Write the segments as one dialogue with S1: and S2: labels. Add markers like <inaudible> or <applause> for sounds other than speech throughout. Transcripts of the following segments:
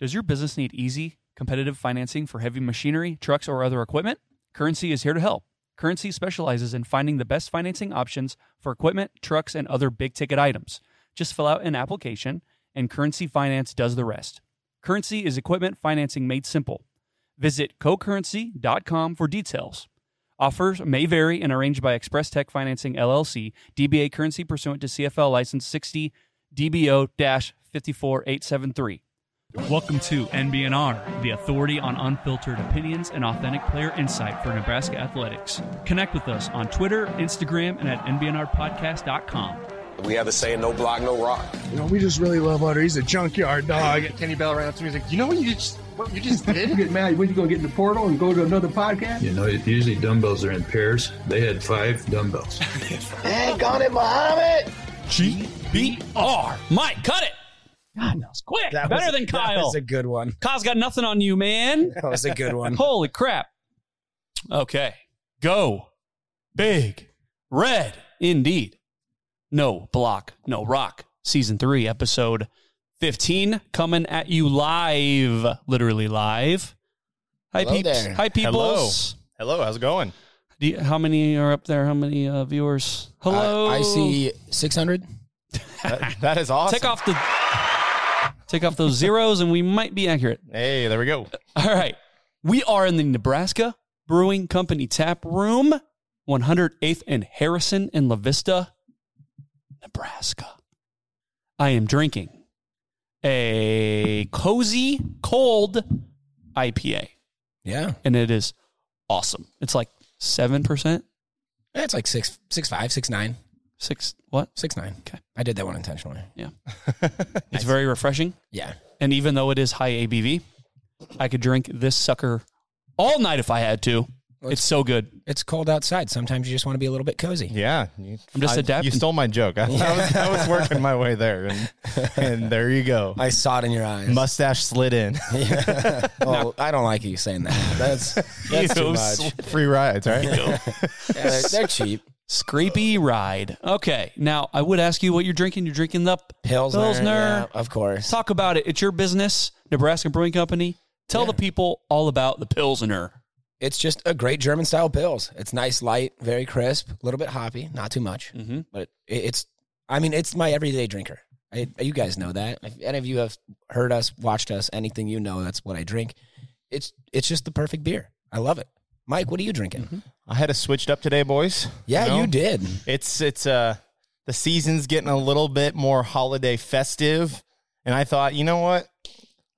S1: Does your business need easy, competitive financing for heavy machinery, trucks, or other equipment? Currency is here to help. Currency specializes in finding the best financing options for equipment, trucks, and other big ticket items. Just fill out an application, and Currency Finance does the rest. Currency is equipment financing made simple. Visit cocurrency.com for details. Offers may vary and arranged by Express Tech Financing LLC, DBA currency pursuant to CFL license 60 DBO 54873. Welcome to NBNR, the authority on unfiltered opinions and authentic player insight for Nebraska athletics. Connect with us on Twitter, Instagram, and at NBNRpodcast.com.
S2: We have the saying, no block, no rock.
S3: You know, we just really love Otter. He's a junkyard dog.
S4: <laughs> Kenny Bell ran up to me and was like, "You know what you just what you just
S5: You
S4: did?"
S5: get mad, when you gonna get in the portal and go to another podcast?
S6: You know, usually dumbbells are in pairs. They had five dumbbells.
S2: Got it, Muhammad.
S1: GBR. Mike, cut it.
S3: God, that was
S1: Quick.
S3: that
S1: Better
S3: was-
S1: than
S3: That
S1: Kyle.
S3: was a good one.
S1: Kyle's got nothing on you, man.
S3: That was a good one.
S1: Holy crap. Okay. Go. Big. Red. Indeed. No block, no rock. Season three, episode 15, coming at you live, literally live. Hi,
S4: Hello
S1: peeps.
S4: there.
S1: Hi, peoples.
S7: Hello, how's it going?
S1: Do you- how many are up there? How many uh, viewers? <laughs> Hello.
S4: I, I see six hundred.
S7: That- <laughs> that is awesome.
S1: Take off the. Take off those zeros and we might be accurate.
S7: Hey, there we go.
S1: All right. We are in the Nebraska Brewing Company tap room, 108th and Harrison in La Vista, Nebraska. I am drinking a cozy cold IPA,
S4: Yeah,
S1: and it is awesome. It's like 7%,
S4: that's like six, six five, six nine,
S1: 6 what?
S4: six nine.
S1: Okay.
S4: I did that one intentionally.
S1: It's very refreshing.
S4: Yeah,
S1: And even though it is high ABV, I could drink this sucker all night if I had to.
S4: Well,
S1: it's so good.
S4: it's cold outside. Sometimes you just want to be a little bit cozy.
S7: Yeah. You,
S1: I'm just
S7: I-
S1: adapting.
S7: You stole my joke. I, I was, I was working my way there, and, and there you go.
S4: I saw it in your eyes.
S7: Mustache slid in. <laughs>
S4: Yeah. well, I don't like you saying
S1: <laughs>
S4: that. That's that's
S1: Ew,
S4: too much.
S1: sl-
S7: Free rides, right?
S4: Yeah, they're, they're cheap.
S1: Scrapey ride. Okay. Now I would ask you what you're drinking. You're drinking the
S4: Pilsner,
S1: Pilsner.
S4: yeah, of course.
S1: Talk about it. It's your business, Nebraska Brewing Company. Tell the people all about the Pilsner.
S4: It's just a great German style pills. It's nice, light, very crisp, a little bit hoppy, not too much.
S1: Mm-hmm.
S4: but it, it's I mean it's my everyday drinker. I, you guys know that. If any of you have heard us, watched us, anything you know, that's what I drink. It's it's just the perfect beer. I love it. Mike, what are you drinking?
S1: Mm-hmm.
S7: I had it switched up today, boys.
S4: Yeah, you,
S7: know?
S4: did.
S7: It's it's uh the season's getting a little bit more holiday festive, and I thought, you know what?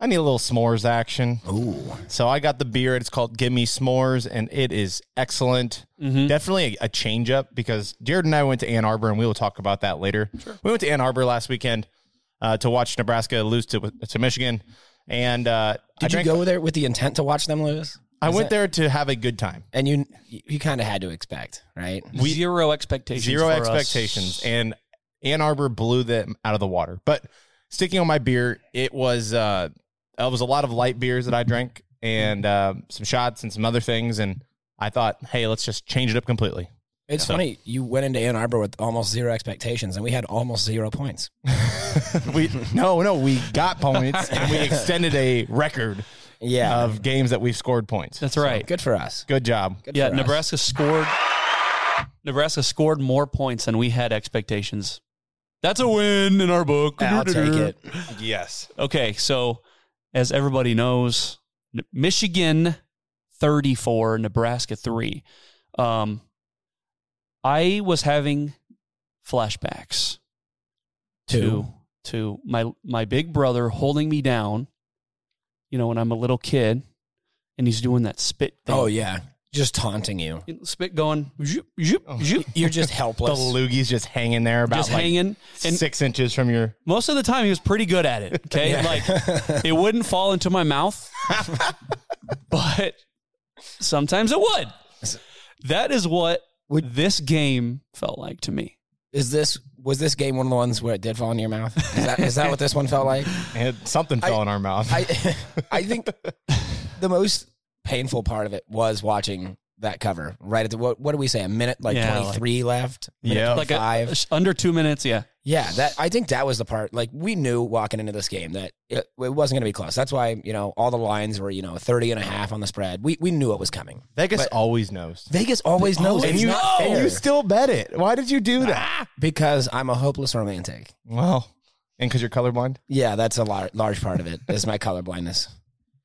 S7: I need a little s'mores action.
S4: Ooh,
S7: So I got the beer. It's called Give Me S'mores, and it is excellent.
S4: Mm-hmm.
S7: Definitely a, a change up because Jared and I went to Ann Arbor, and we will talk about that later. We went to Ann Arbor last weekend uh, to watch Nebraska lose to to Michigan, and uh, I
S4: did you
S7: drank-
S4: go there with the intent to watch them lose?
S7: I
S4: Is
S7: went
S4: that-
S7: there to have a good time.
S4: and you you kind of had to expect, right?
S1: Zero expectations.
S7: Zero
S1: for us.
S7: expectations, and Ann Arbor blew them out of the water. But sticking on my beer, it was uh, it was a lot of light beers that I drank, and uh, some shots and some other things, and I thought, hey, let's just change it up completely.
S4: It's funny you went into Ann Arbor with almost zero expectations, and we had almost zero points.
S7: We <laughs> no, no, we got points and we extended a record
S4: Yeah,
S7: of games that we've scored points.
S1: That's right.
S4: good for us.
S7: Good job.
S4: Good
S1: yeah,
S4: for us.
S1: Nebraska scored. Nebraska scored more points than we had expectations. That's a win in our book.
S4: I'll take it.
S7: Yes.
S1: Okay, so as everybody knows, N- Michigan 34, Nebraska 3. Um, I was having flashbacks to
S4: Two.
S1: to my my big brother holding me down, you know, when I'm a little kid and he's doing that spit thing.
S4: Oh yeah, just taunting you.
S1: You know, Spit going, zoop, zoop,
S7: Oh.
S1: zoop,
S4: You're just
S7: The
S4: helpless.
S7: loogies just hanging there about
S1: just
S7: like
S1: hanging. And
S7: six inches from your
S1: most of the time he was pretty good at
S4: <laughs>
S1: it. Okay. Like it wouldn't fall into my mouth, but sometimes it would. That is what
S4: Would-
S1: this game felt like to me.
S4: is this was this game one of the ones where it did fall into your mouth? Is that, is that what this one felt like?
S7: and something fell in our mouth.
S4: I I think the most painful part of it was watching that cover right at the what, what do we say a minute like
S1: Yeah, like-
S4: 23 left minute
S7: Yeah.
S1: like
S4: 25.
S1: a, under two minutes. Yeah,
S4: yeah that i think that was the part like we knew walking into this game that it, it wasn't going to be close that's why you know all the lines were you know 30 and a half on the spread we, we knew it was coming
S7: Vegas
S4: But-
S7: always knows.
S4: vegas always knows
S7: and
S4: it's
S7: you
S4: not
S7: and
S4: fair.
S7: you still bet it. Why did you do that?
S4: because i'm a hopeless romantic
S7: Well, and because you're colorblind.
S4: yeah that's a lar- large part of it is my colorblindness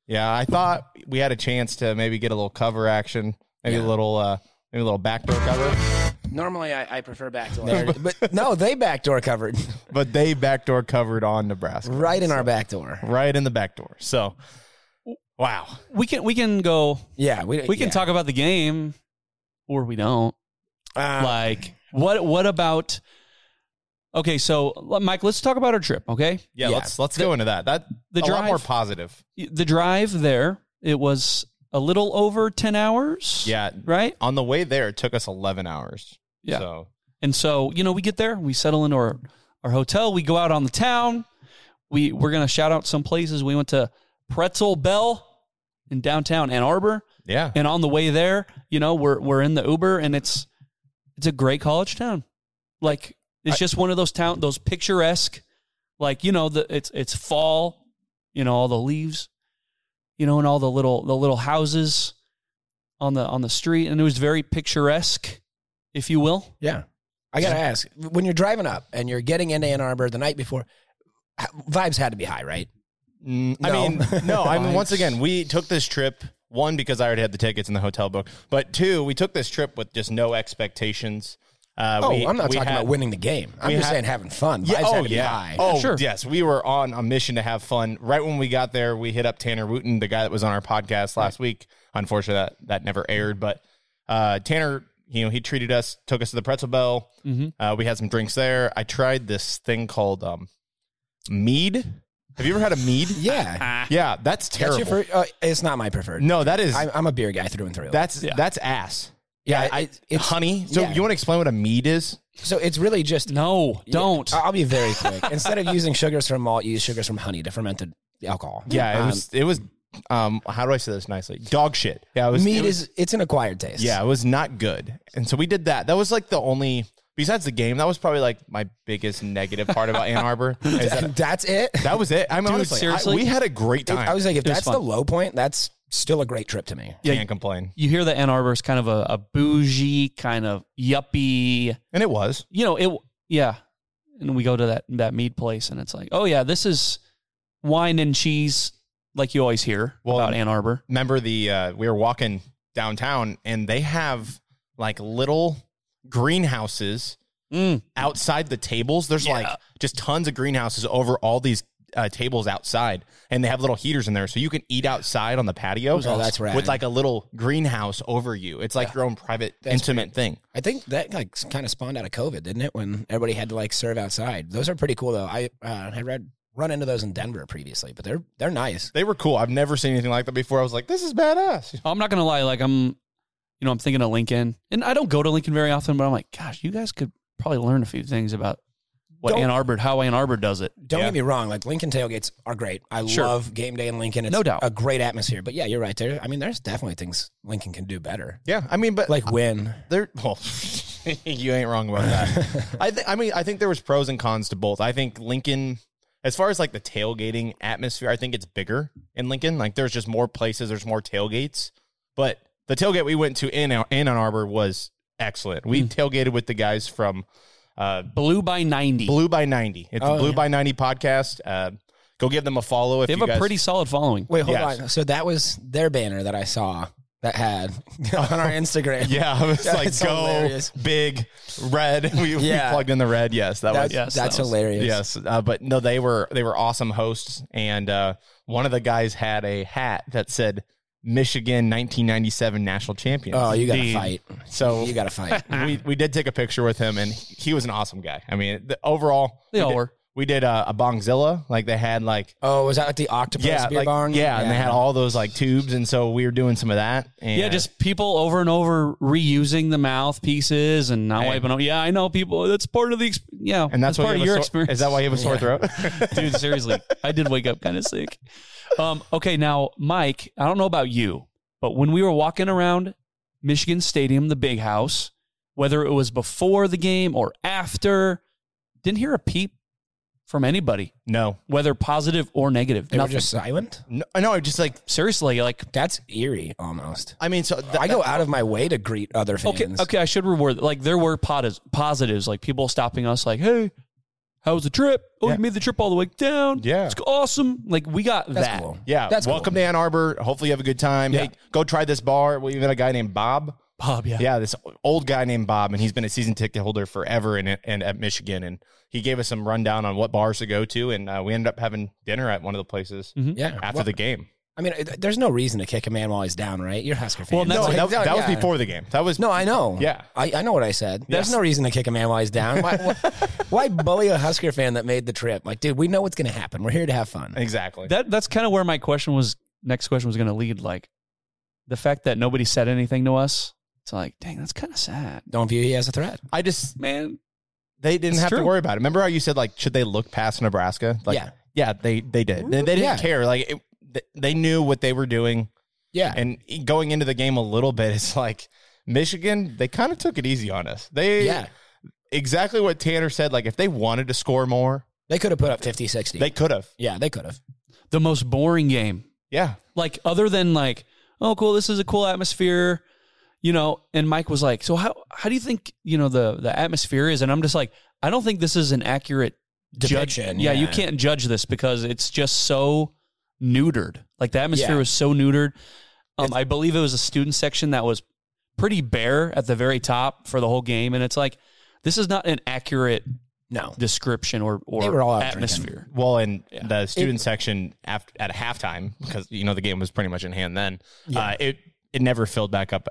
S7: Yeah, I thought we had a chance to maybe get a little cover action, maybe a
S4: Yeah.
S7: little, uh, maybe a little backdoor cover,
S4: normally i, I prefer backdoor but no they backdoor covered <laughs>
S7: but they backdoor covered on Nebraska,
S4: right in our backdoor
S7: right in the backdoor. So, wow,
S1: we can we can go.
S4: yeah we,
S1: We can
S4: yeah.
S1: talk about the game, or we don't.
S4: Uh,
S1: like what? What about? Okay, so Mike, let's talk about our trip. Okay,
S7: yeah,
S4: Yeah.
S7: let's let's go into that. That
S1: the
S7: the a lot
S1: drive-
S7: more positive.
S1: the drive there it was a little over ten hours.
S7: Yeah,
S1: right.
S7: on the way there, it took us eleven hours.
S1: Yeah.
S7: so
S1: And so, you know, we get there, we settle into our, our hotel, we go out on the town. We we're gonna shout out some places. We went to Pretzel Bell in downtown Ann Arbor.
S7: yeah,
S1: And on the way there, you know, we're we're in the Uber and it's it's a great college town. Like it's just one of those town those picturesque, like, you know, the it's it's fall, you know, all the leaves, you know, and all the little the little houses on the on the street. And it was very picturesque, if you will.
S4: Yeah. I got to ask when you're driving up and you're getting into Ann Arbor the night before, h- vibes had to be high, right?
S7: Mm, I
S4: No.
S7: mean, no.
S4: <laughs>
S7: I mean,
S4: Fine.
S7: once again, we took this trip one because I already had the tickets in the hotel book, but two, we took this trip with just no expectations. Uh,
S4: Oh,
S7: we-
S4: I'm not
S7: we
S4: talking
S7: had-
S4: about winning the game. I'm
S7: we
S4: just
S7: had-
S4: saying having fun. Vibes
S7: Yeah,
S4: had
S7: oh
S4: to be
S7: yeah.
S4: high.
S7: Oh
S1: Sure.
S7: yes, we were on a mission to have fun. Right when we got there, we hit up Tanner Wooten, the guy that was on our podcast last week. Unfortunately, that that never aired. But uh, Tanner, you know, he treated us, took us to the Pretzel Bell. Uh, we had some drinks there. I tried this thing called um, mead. Have you ever had a mead?
S4: yeah.
S7: yeah, that's
S4: That's
S7: terrible.
S4: your first, uh, it's not my preferred.
S7: no, that is
S4: I'm, I'm a beer guy through and through.
S7: that's
S1: Yeah.
S7: that's ass.
S4: yeah.
S7: I,
S4: it- it's,
S7: honey. So
S4: yeah.
S7: you want to explain what a mead is?
S4: so it's really just.
S1: No, don't.
S7: Uh,
S4: I- I'll be very quick. Instead of using sugars from malt, you use sugars from honey to ferment the alcohol.
S7: Yeah, it
S4: Um,
S7: was. It was. Um, how do I say this nicely? Dog shit. Yeah, it was.
S4: meat
S7: it was-
S4: is it's an acquired taste.
S7: Yeah, it was not good. And so we did that. That was like the only besides the game, that was probably like my biggest negative part about
S1: <laughs>
S7: Ann Arbor. is that,
S4: <laughs> that's it.
S7: that was it. I mean,
S1: Dude,
S7: honestly, I-
S1: seriously?
S7: we had a great time.
S4: I was like, if
S1: It was
S4: that's
S1: fun.
S4: the low point, that's still a great trip to me.
S7: can't complain.
S1: you hear that Ann Arbor is kind of a, a bougie, kind of yuppie.
S7: And it was.
S1: You know, it. Yeah, and we go to that that meat place, and it's like, oh yeah, this is wine and cheese, like you always hear
S7: Well,
S1: about Ann Arbor.
S7: Remember the uh we were walking downtown and they have like little greenhouses
S1: Mm,
S7: outside the tables. There's
S1: Yeah.
S7: like just tons of greenhouses over all these uh, tables outside, and they have little heaters in there, so you can eat outside on the patio.
S4: Oh, that's rad.
S7: With like a little greenhouse over you, it's like your own private, intimate thing.
S4: I think that like kind of spawned out of COVID, didn't it? When everybody had to like serve outside. Those are pretty cool though. I uh, had read run into those in Denver previously, but they're they're nice.
S7: They were cool. I've never seen anything like that before. I was like, this is badass.
S1: I'm not gonna lie, like I'm, you know, I'm thinking of Lincoln, and I don't go to Lincoln very often, but I'm like, gosh, you guys could probably learn a few things about what
S4: Don't-
S1: Ann Arbor, how Ann Arbor does it.
S4: Don't
S7: Yeah.
S4: get me wrong, like Lincoln tailgates are great. I
S1: Sure.
S4: love game day in Lincoln. It's
S1: No doubt.
S4: a great atmosphere. But yeah, you're right there. I mean, there's definitely things Lincoln can do better.
S7: Yeah, I mean, but
S4: Like win.
S7: there. Well, <laughs> you ain't wrong about that. I th- I mean, I think there was pros and cons to both. I think Lincoln, as far as like the tailgating atmosphere, I think it's bigger in Lincoln. Like, there's just more places. There's more tailgates. But the tailgate we went to in Ar- in Ann Arbor was excellent. We tailgated with the guys from uh,
S1: Blue by ninety.
S7: Blue by Ninety. It's
S4: Oh,
S7: the Blue
S4: yeah.
S7: by Ninety podcast. Uh, go give them a follow if
S1: They have
S7: you
S1: a
S7: guys-
S1: pretty solid following.
S4: Wait, hold
S7: Yes.
S4: on. So that was their banner that I saw that had <laughs> on our
S7: <laughs>
S4: Instagram.
S7: Yeah, I was
S4: Yeah,
S7: like,
S4: it's
S7: go
S4: hilarious.
S7: big red. <laughs> We, we
S4: Yeah.
S7: plugged in the red. Yes, that
S4: That's,
S7: was
S1: Yes,
S4: that's
S1: that was-
S4: hilarious.
S7: yes. Uh, but no, they were they were awesome hosts, and uh, one of the guys had a hat that said Michigan 1997 national champions.
S4: Oh, you gotta
S1: Dude.
S4: fight.
S7: so
S4: You gotta fight.
S7: we we did take a picture with him, and he was an awesome guy. I mean, the, overall,
S1: They
S7: we
S1: all
S7: did,
S1: were.
S7: We did uh, a bongzilla, like they had like
S4: Oh, was that like the octopus
S7: yeah,
S4: beer
S7: like,
S4: barn?
S7: yeah, and they had all those like tubes, and so we were doing some of that. And
S1: Yeah, just people over and over reusing the mouthpieces and not
S7: Hey.
S1: wiping them. Yeah, I know people. That's part of the exp- yeah,
S7: and
S1: that's
S7: that's why
S1: part
S7: you
S1: of
S7: have a
S1: your
S7: sore-
S1: experience.
S7: Is that why you have a sore throat?
S1: <laughs> dude? Seriously, I did wake up kind of sick. Um, okay, now Mike, I don't know about you, but when we were walking around Michigan Stadium, the big house, whether it was before the game or after. Didn't hear a peep from anybody,
S7: No,
S1: whether positive or negative.
S4: They were
S1: Nothing.
S4: just silent.
S7: no, no. Just like
S1: Seriously, like
S4: That's eerie, almost.
S7: I mean, so th-
S4: I go out of my way to greet other fans.
S1: Okay, okay, I should reward. Like there were pos- positives, like people stopping us, like, "Hey, how was the trip? Oh,
S7: Yeah.
S1: you made the trip all the way down.
S7: Yeah.
S1: it's awesome. Like we got
S4: That's
S1: that.
S4: cool.
S7: Yeah,
S4: That's
S7: welcome to Ann Arbor. Hopefully, you have a good time.
S4: Yeah.
S7: Hey, go try this bar. We even had a guy named Bob.
S1: Bob, yeah,
S7: Yeah, this old guy named Bob, and he's been a season ticket holder forever in and at Michigan. And he gave us some rundown on what bars to go to, and uh, we ended up having dinner at one of the places
S4: Yeah.
S7: after
S4: Well,
S7: the game.
S4: I mean, th- there's no reason to kick a man while he's down, right? You're a Husker fan.
S1: Well,
S4: <laughs>
S1: that's-
S7: No, that, that was
S4: yeah.
S7: before the game. That was
S4: No, I know.
S7: Yeah.
S4: I, I know what I said. There's no reason to kick a man while he's
S7: <laughs>
S4: down. Why, why, why bully a Husker fan that made the trip? Like, dude, we know what's going to happen. We're here to have fun.
S7: exactly.
S1: That that's kind of where my question was. Next question was going to lead, like the fact that nobody said anything to us. It's like, dang, that's kind of sad,
S4: Don't view he as a threat.
S7: I just
S1: man.
S7: they didn't
S1: It's
S7: have
S1: true.
S7: to worry about it. Remember how you said like should they look past Nebraska? Like,
S4: Yeah.
S7: yeah, they they did. They, they didn't
S4: Yeah.
S7: care. Like it, th- they knew what they were doing.
S4: Yeah.
S7: And going into the game a little bit, it's like Michigan, they kind of took it easy on us. They
S4: yeah.
S7: exactly what Tanner said. Like if they wanted to score more,
S4: They could have put up 50, 60.
S7: they could have.
S4: yeah, they could have.
S1: The most boring game,
S7: Yeah.
S1: like other than like, oh, cool, this is a cool atmosphere. You know, and Mike was like, "So how how do you think you know the the atmosphere is?" And I'm just like, "I don't think this is an accurate judge
S4: Depiction,
S1: yeah, you can't judge this because it's just so neutered. Like the atmosphere
S4: Yeah.
S1: was so neutered. Um, I believe it was a student section that was pretty bare at the very top for the whole game, and it's like this is not an accurate
S4: No.
S1: description or
S4: They
S1: or
S4: were all out drinking.
S1: atmosphere.
S7: Well, in the student section after, at halftime, because you know the game was pretty much in hand then. Uh, it it never filled back up.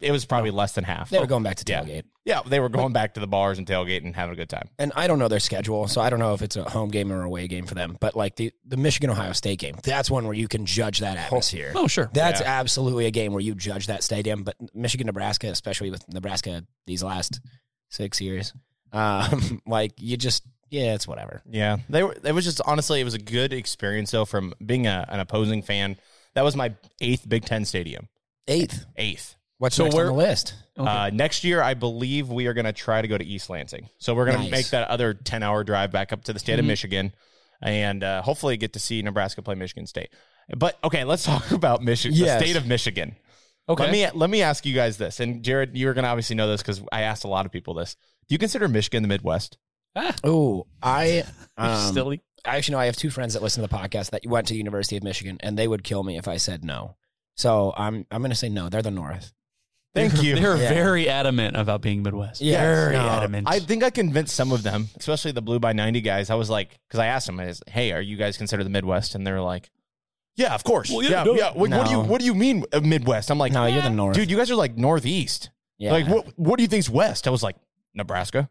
S7: It was probably less than half.
S4: They were going back to
S7: Yeah.
S4: tailgate.
S7: yeah, they were going back to the bars and tailgate and having a good time.
S4: And I don't know their schedule, so I don't know if it's a home game or away game for them. But like the, the Michigan Ohio State game, that's one where you can judge that atmosphere.
S1: Oh sure,
S4: That's absolutely a game where you judge that stadium, but Michigan, Nebraska, especially with Nebraska these last six years, um, <laughs> like you just yeah, it's whatever.
S7: Yeah, they were. It was just honestly, it was a good experience though. From being a, an opposing fan, that was my eighth Big Ten stadium.
S4: Eighth,
S7: Eighth.
S4: what's
S1: So
S4: next
S1: where-
S4: on the list?
S7: Uh, next year, I believe we are going to try to go to East Lansing. So we're going
S4: Nice.
S7: to make that other ten-hour drive back up to the state
S1: Mm-hmm.
S7: of Michigan, and uh, hopefully get to see Nebraska play Michigan State. But okay, let's <laughs> talk about Michigan,
S4: Yes.
S7: the state of Michigan.
S1: okay.
S7: Let me let me ask you guys this, and Jared, you're going to obviously know this because I asked a lot of people this. Do you consider Michigan the Midwest?
S4: Oh, I um,
S1: Still,
S4: I actually know I have two friends that listen to the podcast that went to the University of Michigan, and they would kill me if I said no. So I'm I'm going to say no. They're the North.
S7: Thank you.
S1: <laughs> they're
S4: Yeah.
S1: very adamant about being Midwest.
S4: Yes.
S1: very
S4: No,
S1: adamant.
S7: I think I convinced some of them, especially the Blue by 90 guys. I was like, because I asked them, I was, hey, are you guys considered the Midwest? And they're like, yeah, of course.
S1: Well, yeah,
S7: yeah,
S1: no.
S7: yeah. What, what do you
S4: No.
S7: What do you mean uh, Midwest? I'm like,
S4: No, you're the North.
S7: dude, you guys are like Northeast.
S4: yeah.
S7: Like, what What do you think's West? I was like, Nebraska.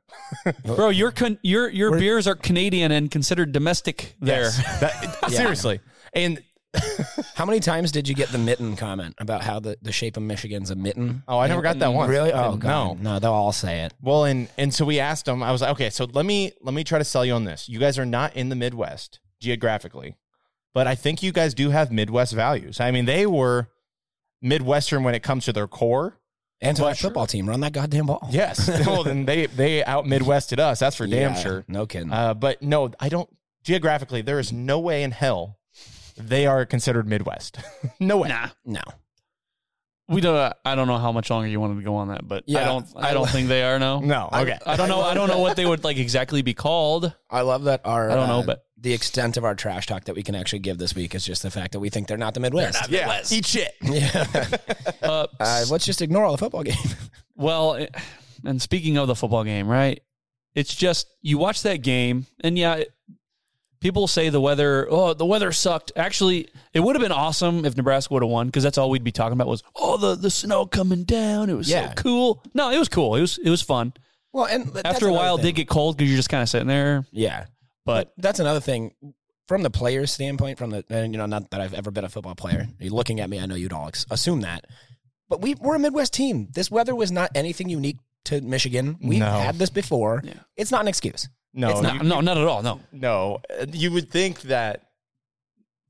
S1: bro, your con- your your beers are Canadian and considered domestic there.
S7: Yes. <laughs>
S4: <laughs>
S7: That- Seriously. And
S4: How many times did you get the mitten comment about how the, the shape of Michigan's a mitten?
S7: oh, I never got that one.
S4: Really? Oh,
S7: no.
S4: God. No, they'll all say it.
S7: Well, and and so we asked them. I was like, okay, so let me let me try to sell you on this. You guys are not in the Midwest geographically, but I think you guys do have Midwest values. I mean, they were Midwestern when it comes to their core.
S4: And to
S7: Well,
S4: our
S7: sure.
S4: football team, run that goddamn ball.
S7: Yes. <laughs> well, then they they out Midwested us. That's for damn
S4: Yeah,
S7: sure.
S4: No kidding.
S7: Uh, but no, I don't. Geographically, there is no way in hell they are considered Midwest. <laughs> no way.
S1: Nah.
S4: no.
S1: We don't. I don't know how much longer you wanted to go on that, but I
S4: Yeah,
S1: don't. I
S4: I
S1: don't
S4: lo-
S1: think they are. No.
S7: No. Okay.
S1: I don't know. I don't know what they would like exactly be called.
S4: I love that our uh,
S1: I don't know, but-
S4: the extent of our trash talk that we can actually give this week is just the fact that we think they're not the Midwest.
S7: yeah. Eat shit.
S4: <laughs> yeah.
S1: Uh,
S4: Uh, let's just ignore all the football game.
S1: well, it- and speaking of the football game, right? It's just you watch that game, and yeah, it- people say the weather. Oh, the weather sucked. Actually, it would have been awesome if Nebraska would have won because that's all we'd be talking about was oh the the snow coming down. It was so
S4: Yeah.
S1: cool. No, it was cool. It was it was fun.
S4: well, and that's
S1: After a
S4: another
S1: while, it
S4: thing.
S1: did get cold because you're just kind of sitting there.
S4: yeah.
S1: But
S4: That's another thing from the player's standpoint. From the and you know, not that I've ever been a football player. You're looking at me, I know you'd all ex- assume that. But we we're a Midwest team. This weather was not anything unique to Michigan. We've
S7: No.
S4: had this before.
S1: Yeah.
S4: It's not an excuse.
S7: No.
S1: it's
S7: you-
S1: not, no, not at all. No,
S7: No, Uh, you would think that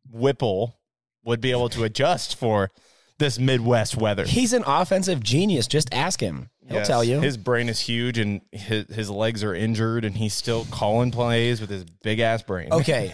S7: Whipple would be able to adjust for this Midwest weather.
S4: He's an offensive genius. Just ask him. He'll
S7: Yes.
S4: tell you.
S7: His brain is huge and his, his legs are injured and he's still calling plays with his big ass brain.
S4: okay.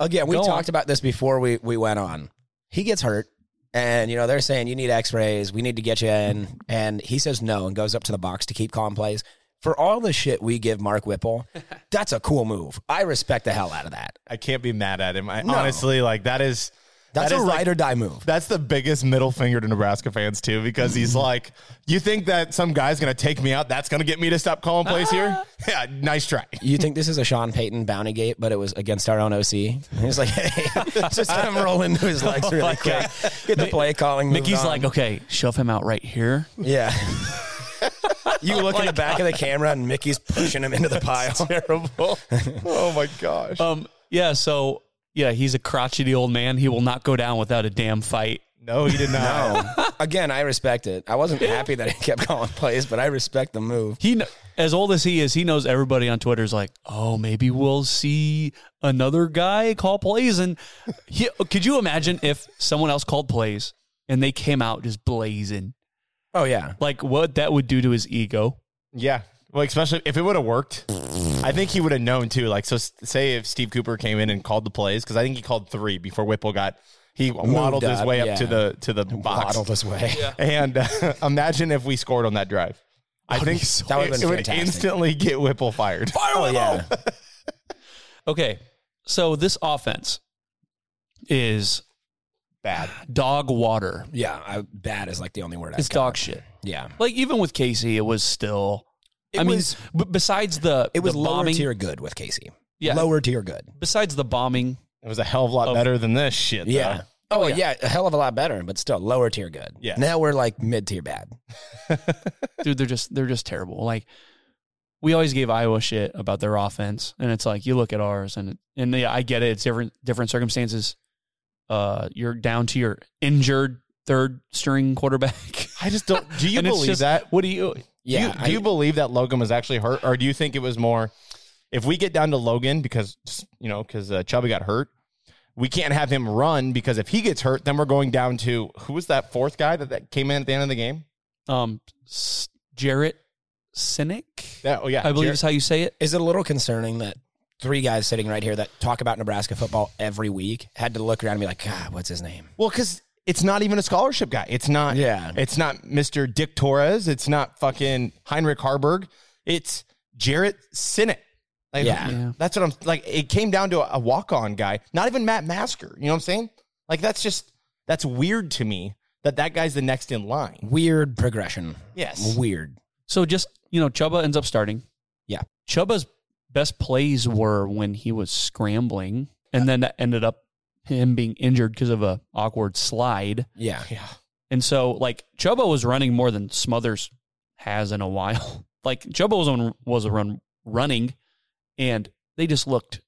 S4: Again, we
S1: Go on.
S4: talked about this before we, we went on. He gets hurt, and you know they're saying you need X rays. We need to get you in, and he says no and goes up to the box to keep calm plays. For all the shit we give Mark Whipple, that's a cool move. I respect the hell out of that.
S7: I can't be mad at him. I
S4: No.
S7: honestly like that is
S4: That's
S7: that
S4: a
S7: is,
S4: ride
S7: like,
S4: or die move.
S7: That's the biggest middle finger to Nebraska fans too, because
S4: <laughs>
S7: he's like, "You think that some guy's gonna take me out? That's gonna get me to stop calling plays
S4: <laughs>
S7: here? Yeah, nice try." <laughs>
S4: You think this is a Sean Payton bounty gate, but it was against our own OC. He's like, hey, <laughs> just let him roll into his legs really quick. Get the play calling. moved
S1: Mickey's
S4: on.
S1: like, okay, shove him out right here.
S4: Yeah. you look in the back of the camera and Mickey's pushing him into the pile. <laughs>
S7: Terrible. oh my gosh.
S1: Um, yeah. So yeah, he's a crotchety old man. He will not go down without a damn fight.
S7: no, he did not.
S4: Again, I respect it. I wasn't happy that he kept calling plays, but I respect the move.
S1: He, kn- as old as he is, he knows everybody on Twitter is like, oh, maybe we'll see another guy call plays. And he, could you imagine if someone else called plays and they came out just blazing?
S4: Oh yeah.
S1: Like what that would do to his ego.
S7: Yeah. Well, especially if it would have worked, I think he would have known too. Like, so s- say if Steve Cooper came in and called the plays, because I think he called three before Whipple got he waddled his
S4: up,
S7: way up
S4: yeah.
S7: to the to the box.
S4: Waddled his way.
S7: And uh, <laughs> imagine if we scored on that drive. I think
S4: That would've
S7: it
S4: been
S7: would
S4: fantastic.
S7: instantly get Whipple fired.
S4: <laughs> Oh yeah.
S1: Okay. So this offense is
S7: Bad.
S1: dog water.
S4: Yeah. I, bad is like the only word I
S1: It's dog shit.
S4: Yeah.
S1: Like even with Casey, it was still.
S4: It
S1: I
S4: was-
S1: mean, b- besides the
S4: It was
S1: the
S4: lower
S1: bombing,
S4: tier good with Casey.
S1: Yeah.
S4: Lower tier good.
S1: Besides the bombing,
S7: It was a hell of a lot better than this shit.
S4: Yeah.
S7: though.
S4: Oh, yeah. a hell of a lot better, but still lower tier good.
S7: Yeah.
S4: Now we're like mid tier bad.
S1: dude, they're just they're just terrible. Like we always gave Iowa shit about their offense, and it's like you look at ours, and and yeah, I get it. It's different different circumstances. Uh, you're down to your injured third string quarterback. <laughs>
S7: I just don't. Do you
S1: And it's
S7: believe
S1: just,
S7: that?
S1: What do you?
S7: Do you-
S4: Yeah.
S7: do you,
S4: I-
S7: believe that Logan was actually hurt, or do you think it was more? If we get down to Logan because you know because uh, Chubby got hurt, we can't have him run because if he gets hurt, then we're going down to who was that fourth guy that, that came in at the end of the game?
S1: Um, S- Jarrett Sinek,
S7: That, oh yeah,
S1: I believe
S7: Jer-
S1: is how you say it.
S4: Is it a little concerning that three guys sitting right here that talk about Nebraska football every week had to look around and be like, God, what's his name?
S7: Well, because it's not even a scholarship guy. It's not.
S4: Yeah.
S7: It's not Mister Dick Torres. It's not fucking Heinrich Harburg. It's Jarrett Sinnott. Like,
S4: Yeah.
S1: Yeah.
S7: That's what I'm like. It came down to a, walk on guy, not even Matt Masker. You know what I'm saying? Like that's just that's weird to me that that guy's the next in line.
S4: Weird progression.
S7: Yes.
S4: Weird.
S1: So just you know, Chuba ends up starting.
S4: Yeah.
S1: Chuba's best plays were when he was scrambling, and then that ended up him being injured because of a awkward slide.
S4: Yeah.
S7: Yeah.
S1: And so like Chuba was running more than Smothers has in a while. <laughs> Like Chuba was on was a run running, and they just looked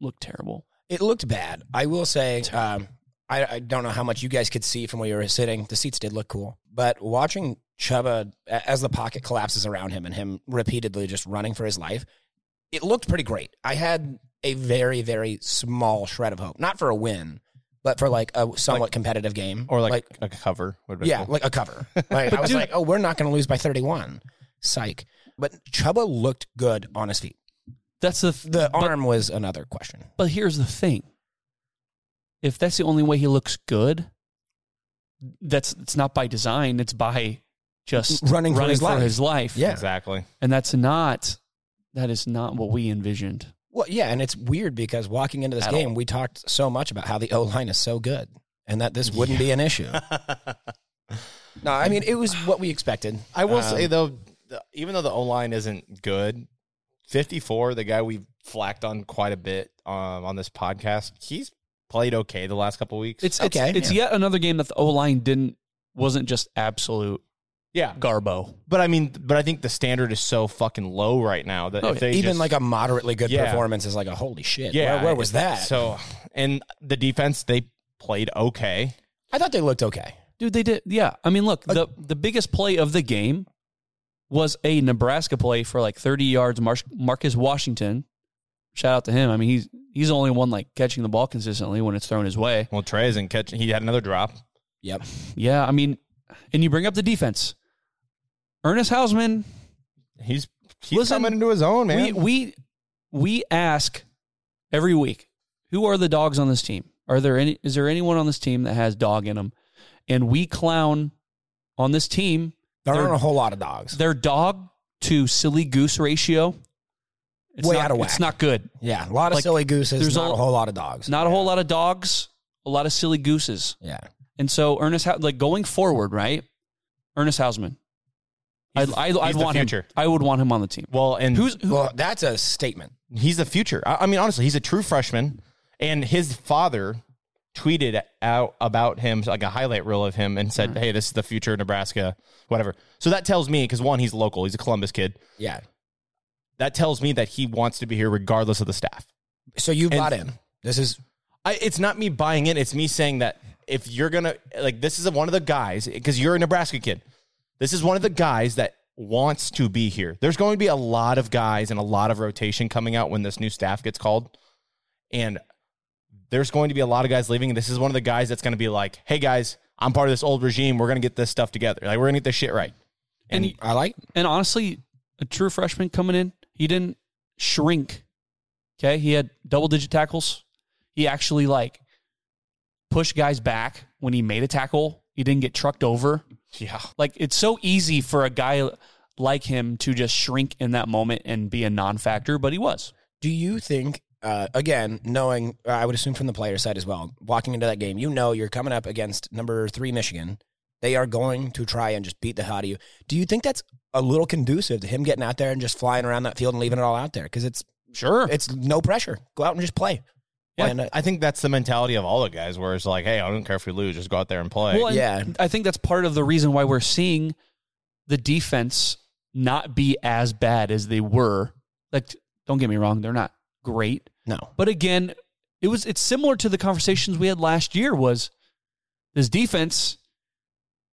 S1: looked terrible.
S4: It looked bad. I will say, um, I, I don't know how much you guys could see from where you were sitting. The seats did look cool, but watching Chuba a- as the pocket collapses around him and him repeatedly just running for his life, it looked pretty great. I had a very, very small shred of hope, not for a win, but for like a somewhat competitive game
S7: Or like, a cover would be
S4: yeah, like
S7: <laughs>
S4: a cover. Like, I was
S1: dude-
S4: like, oh, we're not going to lose by 31. Psych. But Chuba looked good on his feet.
S1: That's the th-
S4: The arm was another question.
S1: But here's the thing. If that's the only way he looks good, that's it's not by design, it's by just
S4: Running for his life.
S1: life.
S4: Yeah.
S7: exactly.
S1: And that's not that is not what we envisioned.
S4: Well, yeah, and it's weird because walking into this
S1: At
S4: game,
S1: all.
S4: we talked so much about how the O line is so good and that this wouldn't be
S1: <laughs>
S4: an issue. no, I mean, it was what we expected.
S7: I will
S4: Um,
S7: say though, the- even though the O line isn't good, 54, the guy we've flacked on quite a bit um, on this podcast, he's played okay the last couple weeks.
S1: It's
S4: Okay,
S1: it's, it's yet another game that the O line didn't wasn't just absolute
S7: yeah,
S1: garbo.
S7: but I mean, but I think the standard is so fucking low right now that
S1: Oh,
S7: if they
S4: even
S7: just-
S4: like a moderately good
S7: Yeah.
S4: performance is like a holy shit.
S7: yeah,
S4: where, where was that?
S7: So, and the defense they played okay.
S4: I thought they looked okay.
S1: Dude, they did yeah. I mean look, the the biggest play of the game was a Nebraska play for like 30 yards Mar- Marcus Washington. Shout out to him. I mean, he's he's the only one like catching the ball consistently when it's thrown his way.
S7: Well, Trey isn't catching. He had another drop.
S4: Yep.
S1: Yeah, I mean, and you bring up the defense. Ernest Hausman,
S7: He's he's
S1: Listen,
S7: coming into his own, man.
S1: we we we ask every week, who are the dogs on this team? Are there any is there anyone on this team that has dog in them? And we clown on this team
S4: There
S1: They're-
S4: aren't a whole lot of dogs.
S1: their dog to silly goose ratio. It's
S4: Way
S1: not,
S4: out of whack.
S1: It's not good.
S4: Yeah, a lot of
S1: Like,
S4: silly gooses.
S1: there's
S4: There's not
S1: all-
S4: a whole lot of dogs.
S1: Not a whole lot of dogs, a lot of silly gooses.
S4: Yeah.
S1: And so Ernest, Hou- like going forward, right? Ernest Hausman. I, I, I'd
S7: the
S1: want him.
S7: future.
S1: I would want him on the team.
S7: well, and
S1: Who's who,
S4: Well, that's a statement.
S7: he's the future. I, I mean, honestly, he's a true freshman, and his father tweeted out about him like a highlight reel of him and said, "Hey, this is the future of Nebraska." Whatever. So that tells me because one, he's local. He's a Columbus kid.
S4: Yeah.
S7: That tells me that he wants to be here regardless of the staff.
S4: So you
S7: And-
S4: bought him. This is
S7: I, it's not me buying in. It's me saying that if you're gonna like, this is one of the guys because you're a Nebraska kid. This is one of the guys that wants to be here. There's going to be a lot of guys and a lot of rotation coming out when this new staff gets called, and there's going to be a lot of guys leaving. And this is one of the guys that's going to be like, "Hey guys, I'm part of this old regime. We're gonna get this stuff together. Like we're gonna get this shit right."
S1: and
S4: I like.
S1: and honestly, a true freshman coming in, he didn't shrink. Okay, he had double digit tackles. He actually like pushed guys back when he made a tackle. He didn't get trucked over.
S7: Yeah,
S1: Like it's so easy for a guy like him to just shrink in that moment and be a non factor, but he was.
S4: Do you think uh, again, knowing I would assume from the player side as well, walking into that game, you know you're coming up against number three Michigan. They are going to try and just beat the hell out of you. Do you think that's a little conducive to him getting out there and just flying around that field and leaving it all out there? Because it's
S1: Sure.
S4: it's no pressure. Go out and just play.
S7: yeah.
S4: And, uh,
S7: I think that's the mentality of all the guys, where it's like, "Hey, I don't care if we lose. Just go out there and play."
S1: Well, and
S4: Yeah.
S1: I think that's part of the reason why we're seeing the defense not be as bad as they were. Like, don't get me wrong, they're not great,
S4: No.
S1: but again, it was it's similar to the conversations we had last year. Was this defense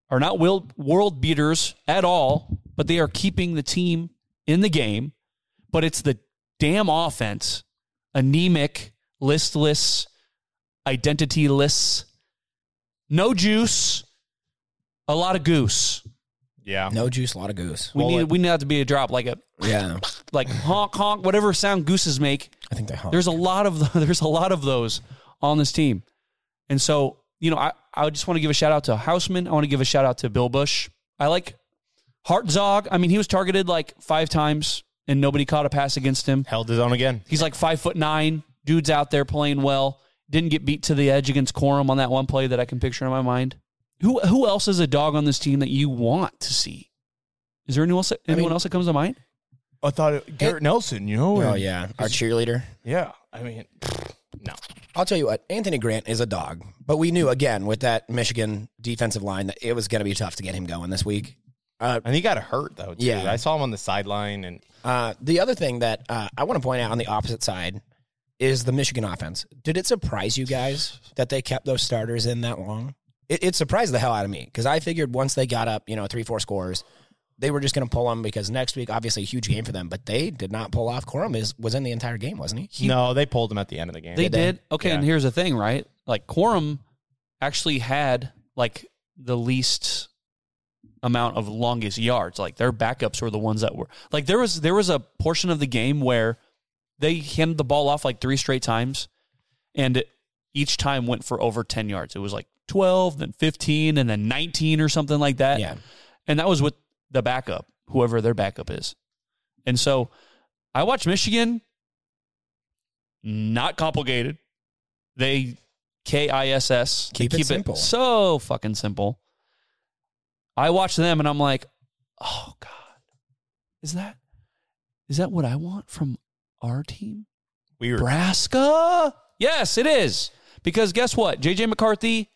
S1: are not world world beaters at all, but they are keeping the team in the game. But it's the damn offense, anemic, listless, identityless, no juice, a lot of goose.
S7: yeah.
S4: No juice, a lot of goose.
S1: We
S7: Well,
S1: need
S7: it-
S1: we need that to be a drop like a
S4: Yeah.
S1: like honk honk whatever sound gooses make.
S4: I think they hung.
S1: There's a lot of <laughs> there's a lot of those on this team, and so you know I I just want to give a shout out to Houseman. I want to give a shout out to Bill Bush. I like Hartzog. I mean, he was targeted like five times and nobody caught a pass against him.
S7: Held his own again.
S1: He's like five foot nine. Dude's out there playing well. Didn't get beat to the edge against Corum on that one play that I can picture in my mind. Who who else is a dog on this team that you want to see? Is there anyone else, anyone
S4: mean-
S1: else that comes to mind?
S7: I thought it, Garrett Nelson, you know?
S4: oh
S7: and-
S4: yeah, our cheerleader.
S7: Yeah. I mean, no.
S4: I'll tell you what, Anthony Grant is a dog, but we knew again with that Michigan defensive line that it was going to be tough to get him going this week. Uh,
S7: And he got hurt, though, too.
S4: Yeah.
S7: I saw him on the sideline, and
S4: Uh, the other thing that uh, I want to point out on the opposite side is the Michigan offense. Did it surprise you guys that they kept those starters in that long? It, it surprised the hell out of me because I figured once they got up, you know, three, four scores, they were just going to pull them because next week, obviously, a huge game for them. But they did not pull off. Corum is was in the entire game, wasn't he?
S7: no, they pulled him at the end of the game.
S1: They
S4: they?
S1: did. Okay, and
S7: Yeah.
S1: here's the thing, right? Like Quorum actually had like the least amount of longest yards. Like their backups were the ones that were like there was there was a portion of the game where they handed the ball off like three straight times and it- each time went for over 10 yards. It was like 12, then 15, and then 19 or something like that.
S4: Yeah.
S1: And that was with the backup, whoever their backup is. And so I watched Michigan, not complicated. They K I S S. They
S4: Keep it simple.
S1: so fucking simple. I watch them and I'm like, oh God. Is that is that what I want from our team?
S7: We were,
S1: Nebraska? Yes, it is. Because guess what? JJ McCarthy,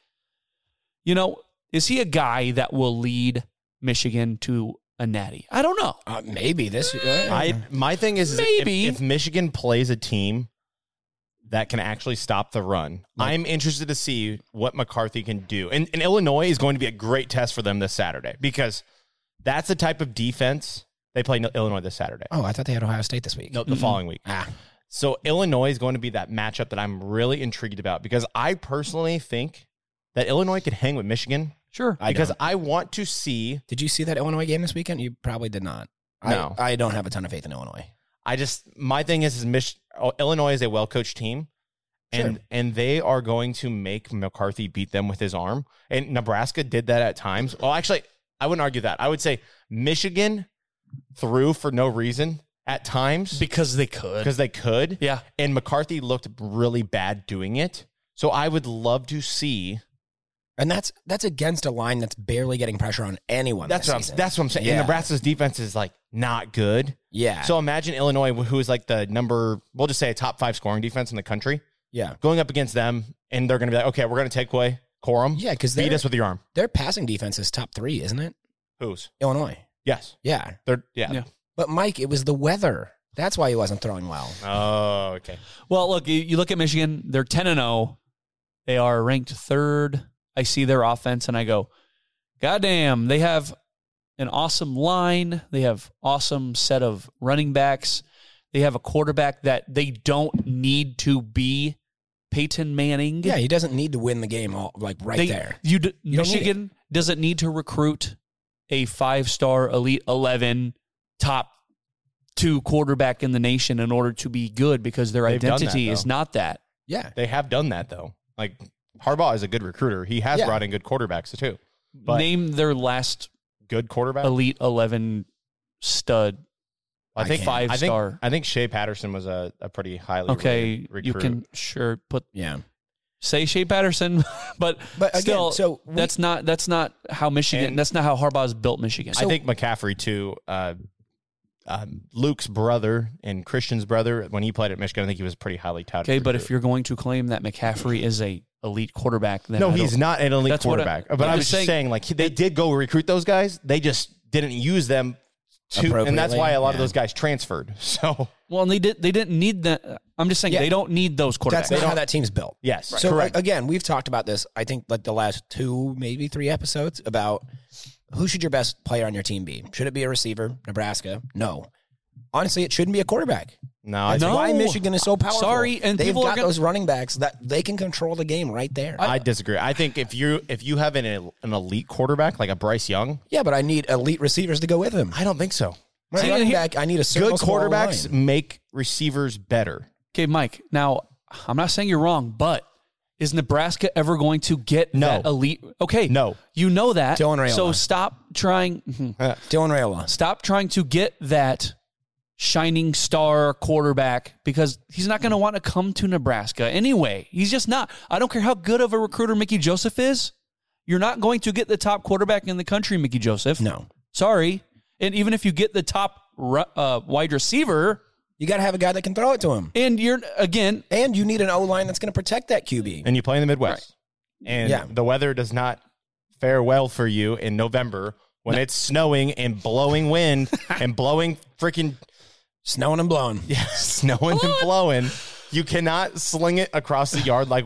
S1: you know, is he a guy that will lead Michigan to a natty? I don't know.
S4: Uh, maybe this. uh,
S7: I, my thing is, is
S1: Maybe.
S7: If, if Michigan plays a team that can actually stop the run, I'm interested to see what McCarthy can do. And, and Illinois is going to be a great test for them this Saturday because that's the type of defense they play Illinois this Saturday.
S4: oh, I thought they had Ohio State this week.
S7: No, the following week.
S4: Ah,
S7: So Illinois is going to be that matchup that I'm really intrigued about because I personally think that Illinois could hang with Michigan
S1: Sure.
S4: I
S7: because
S4: don't.
S7: I want to see.
S4: Did you see that Illinois game this weekend? You probably did not.
S7: No.
S4: I, I don't have a ton of faith in Illinois.
S7: I just my thing is, is Mich- oh, Illinois is a well coached team, and
S4: Sure.
S7: and they are going to make McCarthy beat them with his arm. And Nebraska did that at times. Well, actually, I wouldn't argue that. I would say Michigan threw for no reason at times
S1: Because they could.
S7: because they could.
S1: Yeah.
S7: and McCarthy looked really bad doing it. So I would love to see.
S4: And that's that's against a line that's barely getting pressure on anyone.
S7: That's
S4: this
S7: what I'm.
S4: season.
S7: That's what I'm saying.
S4: Yeah.
S7: And Nebraska's defense is like not good.
S4: yeah.
S7: So imagine Illinois, who is like the number, we'll just say a top five scoring defense in the country,
S4: yeah.
S7: going up against them, and they're going to be like, okay, we're going to take away Corum.
S4: Yeah, because
S7: beat
S4: their,
S7: us with your arm.
S4: their passing defense is top three, isn't it?
S7: Who's?
S4: Illinois.
S7: Yes.
S4: Yeah.
S7: They're yeah.
S1: Yeah.
S4: But Mike, it was the weather. That's why he wasn't throwing well.
S7: Oh, okay.
S1: Well, look, you, you look at Michigan, they're 10 and 0. They are ranked third. I see their offense and I go, God damn, they have an awesome line. They have awesome set of running backs. They have a quarterback that they don't need to be Peyton Manning.
S4: Yeah, he doesn't need to win the game all, like right
S1: They-
S4: there.
S1: You, d-
S4: You don't need
S1: Michigan doesn't need to recruit a five star elite eleven top two quarterback in the nation in order to be good because their
S7: They've done that,
S1: identity is
S7: though.
S1: not that.
S4: Yeah.
S7: They have done that though. Like Harbaugh is a good recruiter. He has
S4: Yeah.
S7: brought in good quarterbacks too. But
S1: Name their last
S7: good quarterback.
S1: elite eleven stud.
S7: I think
S1: can't.
S7: I think-
S1: Five-star.
S7: I think Shea Patterson was a, a pretty highly
S1: Okay,
S7: rated recruit.
S1: you can sure put
S4: Yeah.
S1: say Shea Patterson, <laughs> but
S4: But again,
S1: still,
S4: so we-
S1: that's not that's not how Michigan.
S7: And-
S1: that's not how Harbaugh's built Michigan.
S7: I think McCaffrey too. Uh, um, Luke's brother and Christian's brother, when he played at Michigan, I think he was a pretty highly touted.
S1: okay, but if you're going to claim that McCaffrey is a elite quarterback, then
S7: no,
S1: I don't-
S7: he's not an elite
S1: That's what I-
S7: quarterback. but
S1: I'm
S7: I was
S1: just
S7: just saying,
S1: saying-
S7: like he- they did go recruit those guys. They just didn't use them, to, and that's
S4: Appropriately,
S7: why a lot of
S4: yeah.
S7: those guys transferred. <laughs> So
S1: Well, and they did. They didn't need that. I'm just saying
S4: Yeah.
S1: they don't need those quarterbacks.
S4: That's not
S1: They
S4: how
S1: don't-
S4: that team's built.
S7: yes,
S4: So
S7: correct.
S4: a- again, we've talked about this. I think like the last two, maybe three episodes about who should your best player on your team be? Should it be a receiver? Nebraska? No. Honestly, it shouldn't be a quarterback.
S7: no, I,
S4: That's
S1: No.
S4: why Michigan is so powerful.
S1: Sorry, and
S4: they've
S1: people are
S4: got
S1: gonna-
S4: those running backs that they can control the game right there.
S7: I disagree. I think if you if you have an an elite quarterback like a Bryce Young,
S4: yeah, but I need elite receivers to go with him.
S7: I don't think so.
S4: My
S1: See,
S4: running
S1: and here-
S4: back, I need a
S7: Good
S4: serviceable
S7: quarterbacks
S4: line.
S7: make receivers better.
S1: okay, Mike. Now I'm not saying you're wrong, but is Nebraska ever going to get
S7: No.
S1: that elite? Okay,
S7: No.
S1: you know that.
S4: Dylan Rayola.
S1: So stop trying. mhm.
S4: Dylan Rayola.
S1: Stop trying to get that shining star quarterback because he's not going to want to come to Nebraska anyway. He's just not. I don't care how good of a recruiter Mickey Joseph is. You're not going to get the top quarterback in the country, Mickey Joseph.
S4: No.
S1: Sorry. And even if you get the top ru- uh, wide receiver,
S4: You got to have a guy that can throw it to him.
S1: and you're again,
S4: And you need an O line that's going to protect that QB.
S7: and you play in the Midwest, and
S4: Yeah.
S7: the weather does not fare well for you in November when it's snowing and blowing
S4: <laughs>
S7: wind and blowing freaking
S4: Snowing and blowing.
S7: <laughs> snowing and blowing. You cannot sling it across the yard like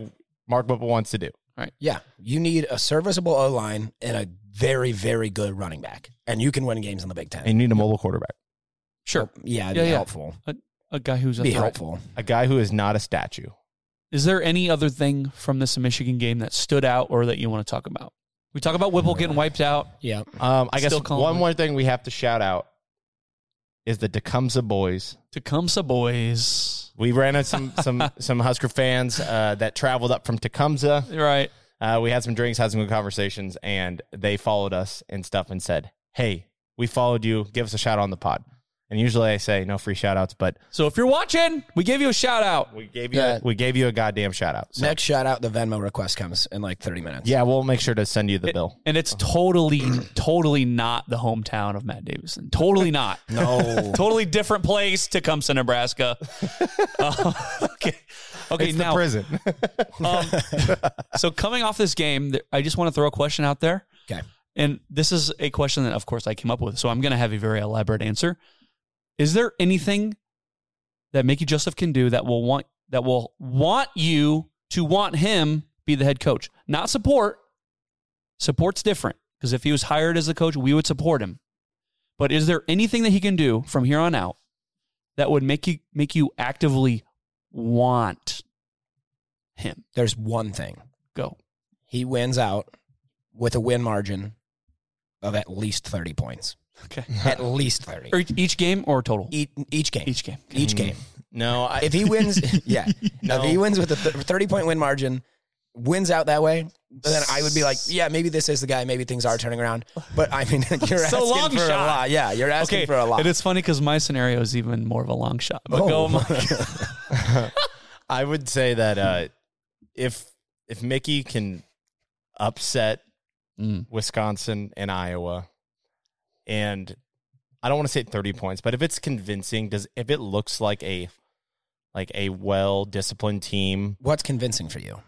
S7: Mark Whipple wants to do.
S4: Yeah, you need a serviceable O line and a very, very good running back, and you can win games in the Big Ten.
S7: And you need a mobile quarterback,
S1: sure,
S4: yeah, it'd
S1: Yeah,
S4: be
S1: yeah.
S4: helpful.
S1: a guy who's a
S4: be
S1: threat.
S4: helpful.
S7: a guy who is not a statue.
S1: Is there any other thing from this Michigan game that stood out or that you want to talk about? We talk about Whipple getting wiped out.
S4: Yeah,
S7: Um, I guess
S1: Still calling
S7: one
S1: me.
S7: more thing we have to shout out is the Tecumseh boys.
S1: Tecumseh boys,
S7: We ran into some some some Husker fans uh, that traveled up from Tecumseh.
S1: right?
S7: Uh, we had some drinks, had some good conversations, and they followed us and stuff and said, Hey, we followed you. Give us a shout out on the pod. And usually I say no free shout outs, but
S1: So if you're watching, we gave you a shout out.
S7: we gave you
S4: Yeah.
S7: we gave you a goddamn shout out. So,
S4: Next shout out, the Venmo request comes in like thirty minutes.
S7: yeah, we'll make sure to send you the bill.
S1: And it's totally, totally not the hometown of Matt Davison. Totally not. <laughs>
S4: No.
S1: totally different place, Tecumseh, Nebraska. Uh, <laughs> okay. Okay,
S7: It's
S1: now.
S7: the <laughs> prison.
S1: Um, so coming off this game, th- I just want to throw a question out there.
S4: Okay.
S1: And this is a question that, of course, I came up with. So I'm going to have a very elaborate answer. Is there anything that Mickey Joseph can do that will want that will want you to want him be the head coach? Not support. Support's different because if he was hired as the coach, we would support him. But is there anything that he can do from here on out that would make you make you actively want him?
S4: There's one thing.
S1: Go.
S4: he wins out with a win margin of at least
S1: <laughs>
S4: 30 points.
S1: Okay.
S4: At least 30.
S1: Or each game or total?
S4: Each, each game.
S1: Each game. <laughs>
S4: Each game.
S7: No, I,
S4: If he wins, yeah.
S7: No.
S4: If he wins with a th- 30 point win margin, wins out that way, then I would be like, yeah, maybe this is the guy. Maybe things are turning around. But I mean, <laughs> you're
S1: So
S4: asking
S1: long
S4: for
S1: shot.
S4: a lot. Yeah, you're asking
S1: okay.
S4: for a lot.
S1: It is funny because my scenario is even more of a long shot. But
S4: Oh.
S1: go,
S4: <laughs>
S1: Mike.
S7: I would say that uh, if if Mickey can upset
S1: Mm.
S7: Wisconsin and Iowa, and I don't want to say thirty points, but if it's convincing, does if it looks like a like a well disciplined team,
S4: What's convincing for you?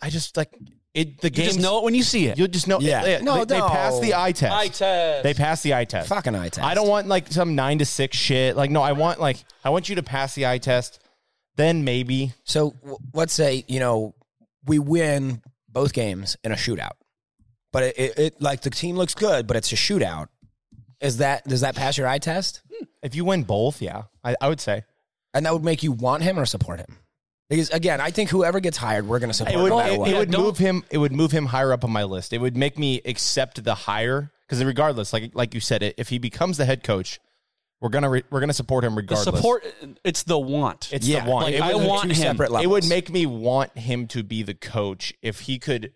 S7: I just like it. The
S1: You
S7: game
S1: just know it when you see it.
S7: You'll just know.
S4: Yeah.
S7: Yeah,
S4: No,
S7: they, they
S4: no.
S7: pass the eye test.
S1: test.
S7: They pass the eye test.
S4: Fucking eye test.
S7: I don't want like some nine to six shit. Like no, I want like I want you to pass the eye test. Then maybe
S4: So w- let's say you know we win both games in a shootout, but it, it, it like the team looks good, but it's a shootout. Is that does that pass your eye test?
S7: if you win both, yeah, I, I would say
S4: And that would make you want him or support him? Because again, I think whoever gets hired, we're going to support.
S7: it would,
S4: no
S7: it,
S4: matter
S7: it
S4: what.
S7: would
S1: don't-
S7: move him it would move him higher up on my list it would make me accept the higher because regardless like like you said it if he becomes the head coach we're gonna re, we're gonna support him
S1: the
S7: regardless
S1: support. It's the want.
S7: it's
S4: Yeah,
S7: the one
S1: like,
S7: it,
S1: I
S7: would,
S1: want
S4: two
S1: him.
S4: separate levels.
S7: it would make me want him to be the coach if he could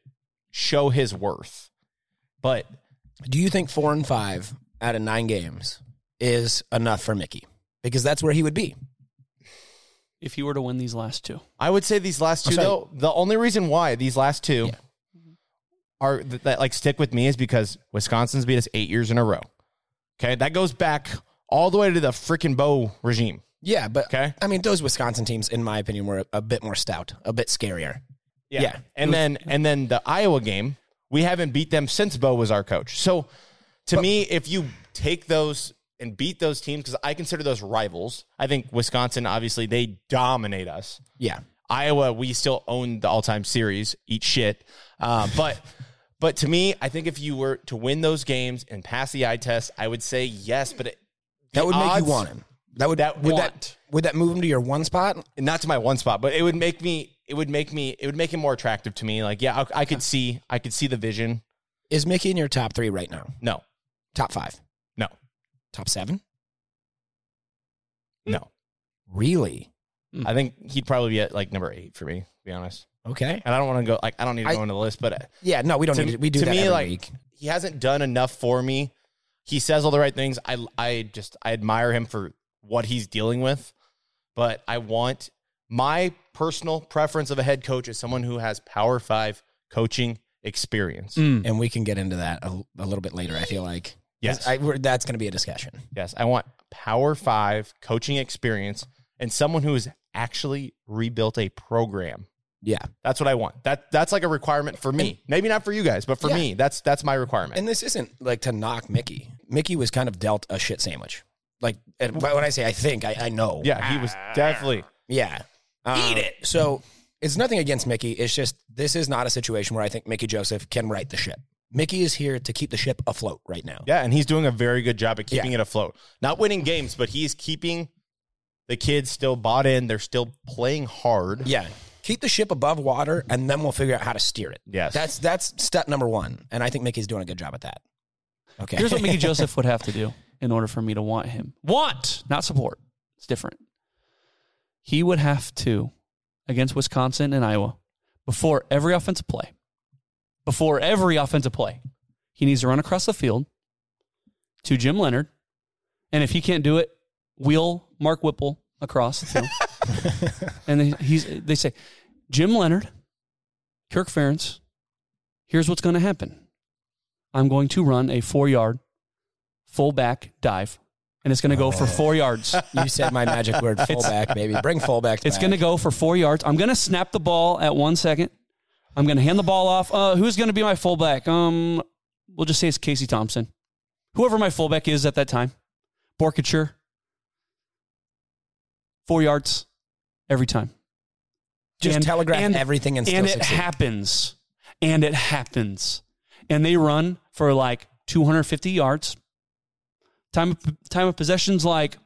S7: show his worth but
S4: Do you think four and five out of nine games is enough for Mickey? Because that's where he would be.
S1: if you were to win these last two.
S7: I would say these last two
S4: sorry.
S7: though. The only reason why these last two are th- that like stick with me is because Wisconsin's beat us eight years in a row. Okay, that goes back all the way to the freaking Bo regime.
S4: Yeah, but
S7: Okay.
S4: I mean, those Wisconsin teams, in my opinion, were a, a bit more stout, a bit scarier.
S7: Yeah,
S4: Yeah.
S7: and then and then the Iowa game, we haven't beat them since Bo was our coach. So to me, if you take those and beat those teams, because I consider those rivals. I think Wisconsin, obviously, they dominate us.
S4: Yeah,
S7: Iowa, we still own the all-time series. Eat shit. Uh, but but to me, I think if you were to win those games and pass the eye test, I would say yes. But it,
S4: that
S7: the
S4: would make
S7: odds-
S4: you want him. That would
S7: That
S4: would
S7: want.
S4: that would that move him to your one spot?
S7: not to my one spot, but it would make me. It would make me. It would make it more attractive to me. Like yeah, I, I could see. I could see the vision.
S4: Is Mickey in your top three right now?
S7: No,
S4: Top five,
S7: no,
S4: top seven?
S7: no.
S4: Really?
S7: I think he'd probably be at like number eight for me. To be honest,
S4: Okay.
S7: and I don't want to go. Like I don't need to
S4: I-
S7: go into the list, but. uh,
S4: Yeah. No, we don't
S7: to,
S4: need to, we do
S7: to
S4: that
S7: me
S4: every
S7: like
S4: week.
S7: he hasn't done enough for me he says all the right things i i just i admire him for what he's dealing with but i want my personal preference of a head coach is someone who has power five coaching experience
S4: and we can get into that a, a little bit later. I feel like 'Cause
S7: Yes.
S4: I, we're, that's going to be a discussion.
S7: yes i want power five coaching experience and someone who has actually rebuilt a program
S4: Yeah.
S7: that's what i want that that's like a requirement for me maybe not for you guys but for
S4: Yeah.
S7: me that's that's my requirement
S4: And this isn't like to knock Mickey. Mickey was kind of dealt a shit sandwich. Like and when I say I think, I, I know.
S7: yeah he was definitely
S4: Yeah. Eat it. So it's nothing against Mickey. It's just this is not a situation where I think Mickey Joseph can right the ship. Mickey is here to keep the ship afloat right now.
S7: Yeah, and he's doing a very good job at keeping
S4: Yeah.
S7: it afloat. Not winning games, but he's keeping the kids still bought in. They're still playing hard.
S4: Yeah. Keep the ship above water and then we'll figure out how to steer it.
S7: Yes.
S4: That's that's step number one. And I think Mickey's doing a good job at that. Okay.
S1: Here's
S4: <laughs>
S1: what Mickey Joseph would have to do in order for me to want him. Want, not support. It's different. He would have to, against Wisconsin and Iowa, before every offensive play, before every offensive play, he needs to run across the field to Jim Leonard. And if he can't do it, wheel Mark Whipple across the field. and they, he's, they say, Jim Leonard, Kirk Ferentz, here's what's going to happen. I'm going to run a four yard fullback dive, and it's going to go for four yards.
S4: you said my magic
S1: <laughs>
S4: word fullback, baby. Bring fullback.
S1: It's
S4: back.
S1: going to go for four yards. I'm going to snap the ball at one second. I'm going to hand the ball off. Uh, who's going to be my fullback? Um, we'll just say it's Casey Thompson. Whoever my fullback is at that time, Borkature. Four yards every time.
S4: Just
S1: And-
S4: telegraph
S1: and-
S4: everything and,
S1: and
S4: still
S1: it
S4: succeed.
S1: happens and it happens and they run for like 250 yards time of, time of possession's like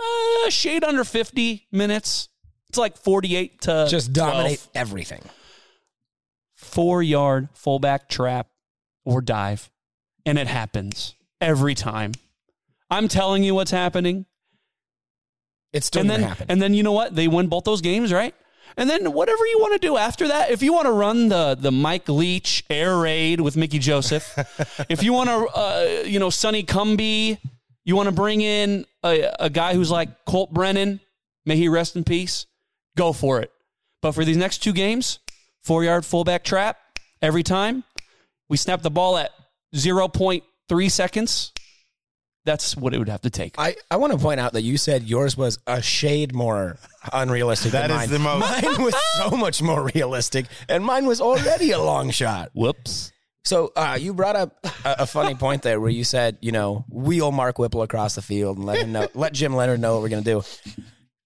S1: uh, shade under 50 minutes it's like 48 to
S4: just
S1: 12.
S4: dominate everything.
S1: four yard fullback trap or dive. And it happens every time. I'm telling you what's happening.
S4: It's still
S1: and
S4: gonna
S1: then
S4: happen.
S1: and then you know what? They win both those games, right? And then whatever you want to do after that, if you want to run the the Mike Leach air raid with Mickey Joseph, if you want to, uh, you know, Sonny Cumby, you want to bring in a, a guy who's like Colt Brennan, may he rest in peace. Go for it. But for these next two games, four yard fullback trap every time. We snap the ball at zero point three seconds. That's what it would have to take.
S4: I, I want to point out that you said yours was a shade more unrealistic
S7: That
S4: than
S7: is
S4: mine.
S7: the most-
S4: Mine was
S7: <laughs>
S4: so much more realistic, and mine was already a long shot.
S1: Whoops.
S4: So uh, you brought up a,
S7: <laughs>
S4: a funny point there, where you said, you know, wheel Mark Whipple across the field and let him know, let Jim Leonard know what we're gonna do.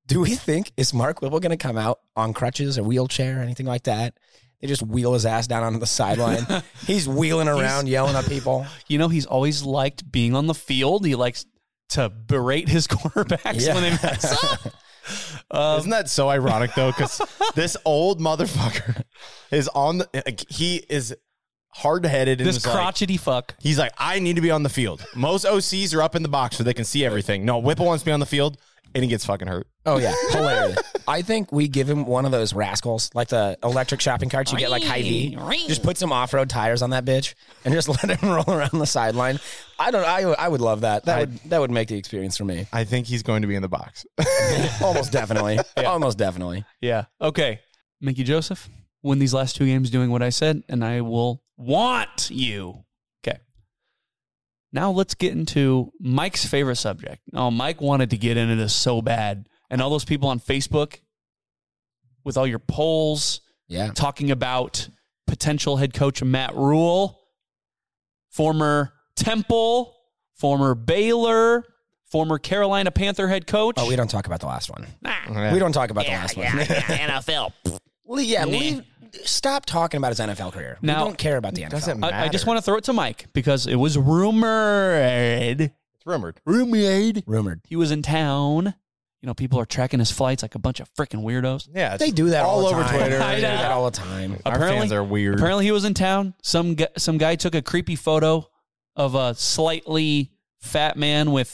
S4: Do we think is Mark Whipple gonna come out on crutches or wheelchair or anything like that? They just wheel his ass down onto
S7: <laughs>
S4: the sideline. He's wheeling around, yelling at people.
S1: You know, he's always liked being on the field. He likes to berate his <laughs> quarterbacks
S4: Yeah.
S1: when they mess up.
S4: Um,
S7: Isn't that so ironic though?
S4: <laughs>
S7: Because this old motherfucker is on the. like, He is hard headed.
S1: This crotchety fuck.
S7: he's like, I need to be on the field. Most OCs are up in the box so they can see everything. No, Whipple wants to be on the field, and he gets fucking hurt.
S4: Oh yeah, hilarious. I think we give him one of those rascals, like the electric shopping carts you get like high V. Just put some off road tires on that bitch and just <laughs> let him roll around the sideline. I don't. I I would love that. That would that would make the experience for me.
S7: I think he's going to be in the box.
S4: Almost definitely. Almost definitely.
S1: Yeah. Okay. Mickey Joseph, win these last two games doing what I said, and I will want you. Okay. Now let's get into Mike's favorite subject. Oh, Mike wanted to get into this so bad. And all those people on Facebook with all your polls,
S4: Yeah.
S1: talking about potential head coach Matt Rule, former Temple, former Baylor, former Carolina Panther head coach.
S4: Oh, we don't talk about the last one.
S7: <laughs> Yeah.
S4: We don't talk about the last one. <laughs> Le- yeah, leave, stop talking about his NFL career.
S1: Now-
S4: we don't care about the NFL.
S7: Doesn't matter.
S1: I, I just want to throw it to Mike because it was rumored,
S7: It's rumored.
S1: rumored
S4: Rumored.
S1: he was in town. You know, people are tracking his flights like a bunch of freaking weirdos.
S7: Yeah, it's-
S4: They do that all,
S7: all
S4: the
S7: over
S4: time.
S7: Twitter.
S4: <laughs> They do
S1: I know.
S4: that all the time.
S7: Our fans are weird.
S1: Apparently, he was in town. Some gu- some guy took a creepy photo of a slightly fat man with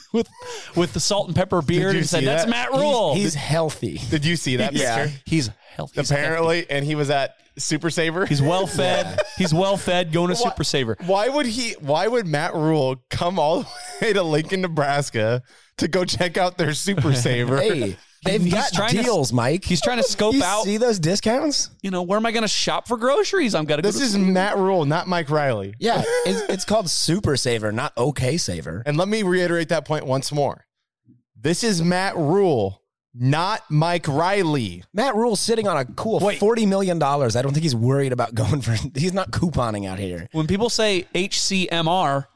S1: <laughs> with with the salt and pepper beard
S7: you
S1: and said,
S7: see
S1: "That's
S7: that?
S1: Matt Rule."
S4: He's healthy.
S7: Did you see that
S4: Yeah.
S7: picture?
S1: he's healthy. He's
S7: Apparently, and he was at Super Saver. <laughs>
S1: he's well fed. He's well fed. Going to
S7: Why-
S1: Super Saver.
S7: Why would he? Why would Matt Rule come all the <laughs> way to Lincoln, Nebraska, to go check out
S1: <laughs>
S7: their Super Saver?
S4: Hey, they've
S1: He's
S4: got
S1: trying to-
S4: deals, Mike.
S1: He's
S7: <laughs>
S1: trying to scope
S4: you
S1: out.
S4: see those discounts?
S1: You know, where am I going to shop for groceries? I'm going to go.
S7: This
S1: to-
S7: is Matt Rule, not Mike Riley.
S4: Yeah, it's, it's called Super Saver, not OK Saver.
S7: And let me reiterate that point once more. This is Matt Rule, not Mike Riley.
S4: Matt Rule's sitting on a cool forty million dollars. I don't think he's worried about going for. <laughs> He's not couponing out here.
S1: when people say HCMR,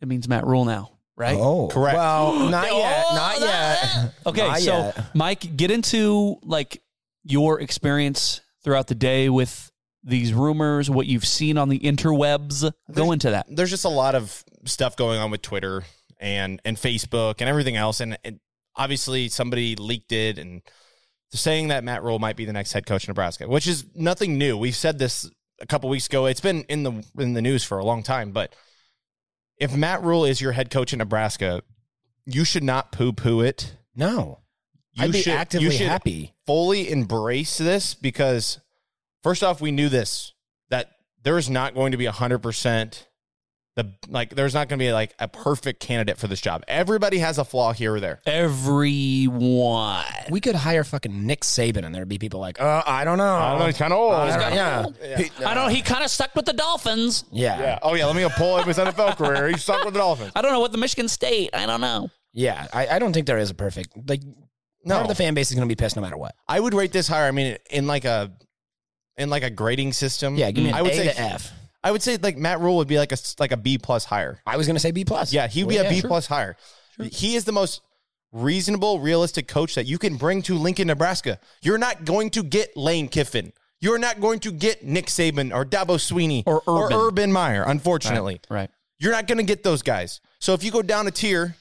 S1: it means Matt Rule now, right?
S4: Oh,
S7: Correct.
S1: <gasps>
S4: Well, not
S1: Oh,
S4: yet. Not
S1: that-
S4: yet.
S1: Okay,
S4: Not
S1: so
S4: yet.
S1: Mike, get into like your experience throughout the day with these rumors, what you've seen on the interwebs. Go into that.
S7: There's just a lot of stuff going on with Twitter and and Facebook and everything else. And, and obviously, somebody leaked it and they're saying that Matt Rule might be the next head coach in Nebraska, which is nothing new. We've said this a couple weeks ago. It's been in the in the news for a long time. But if Matt Rule is your head coach in Nebraska, you should not poo poo it.
S4: <laughs> No,
S7: You
S4: I'd be
S7: should- you
S4: actively
S7: should
S4: happy.
S7: fully embrace this because first off we knew this that there's not going to be 100% the like there's not going to be like a perfect candidate for this job everybody has a flaw here or there
S1: Everyone.
S4: We could hire fucking Nick Saban, and there'd be people like, "Uh, I don't know.
S7: kind of old
S4: I don't- yeah. He-
S1: I don't. He kind of stuck with the Dolphins.
S4: yeah,
S7: yeah
S4: yeah,
S7: oh yeah let me go pull up his nfl career he stuck with the
S4: <laughs>
S7: dolphins
S1: I don't know what the Michigan State. I don't know.
S4: I, I don't think there is a perfect like.
S7: No.
S4: Part of the fan base is going to be pissed no matter what.
S7: i would rate this higher i mean in like a in like a grading system
S4: Yeah, give me an
S7: Mm. i would
S4: A
S7: say
S4: to F.
S7: i would say like matt rule would be like a s- like a b plus higher
S4: I was going to say B plus.
S7: Yeah, he would be
S4: Well,
S7: a B plus higher. He is the most reasonable, realistic coach that you can bring to Lincoln, Nebraska. You're not going to get Lane Kiffin. You're not going to get Nick Saban or Dabo Sweeney
S1: Or Urban.
S7: Meyer, unfortunately.
S1: Right.
S7: You're not going to get those guys. So if you go down a tier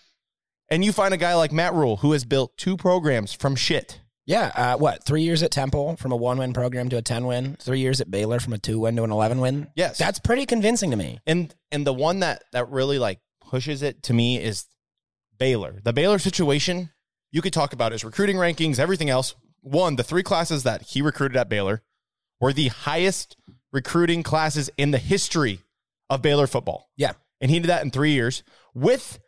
S7: and you find a guy like Matt Rule who has built two programs from shit,
S4: Yeah, uh, what three years at Temple from a one-win program to a ten-win, three years at Baylor from a two-win to an eleven-win.
S7: Yes.
S4: that's pretty convincing to me.
S7: And and the one that that really like pushes it to me is Baylor. The Baylor situation you could talk about his recruiting rankings, everything else. One, the three classes that he recruited at Baylor were the highest recruiting classes in the history of Baylor football.
S4: Yeah.
S7: And he did that in three years with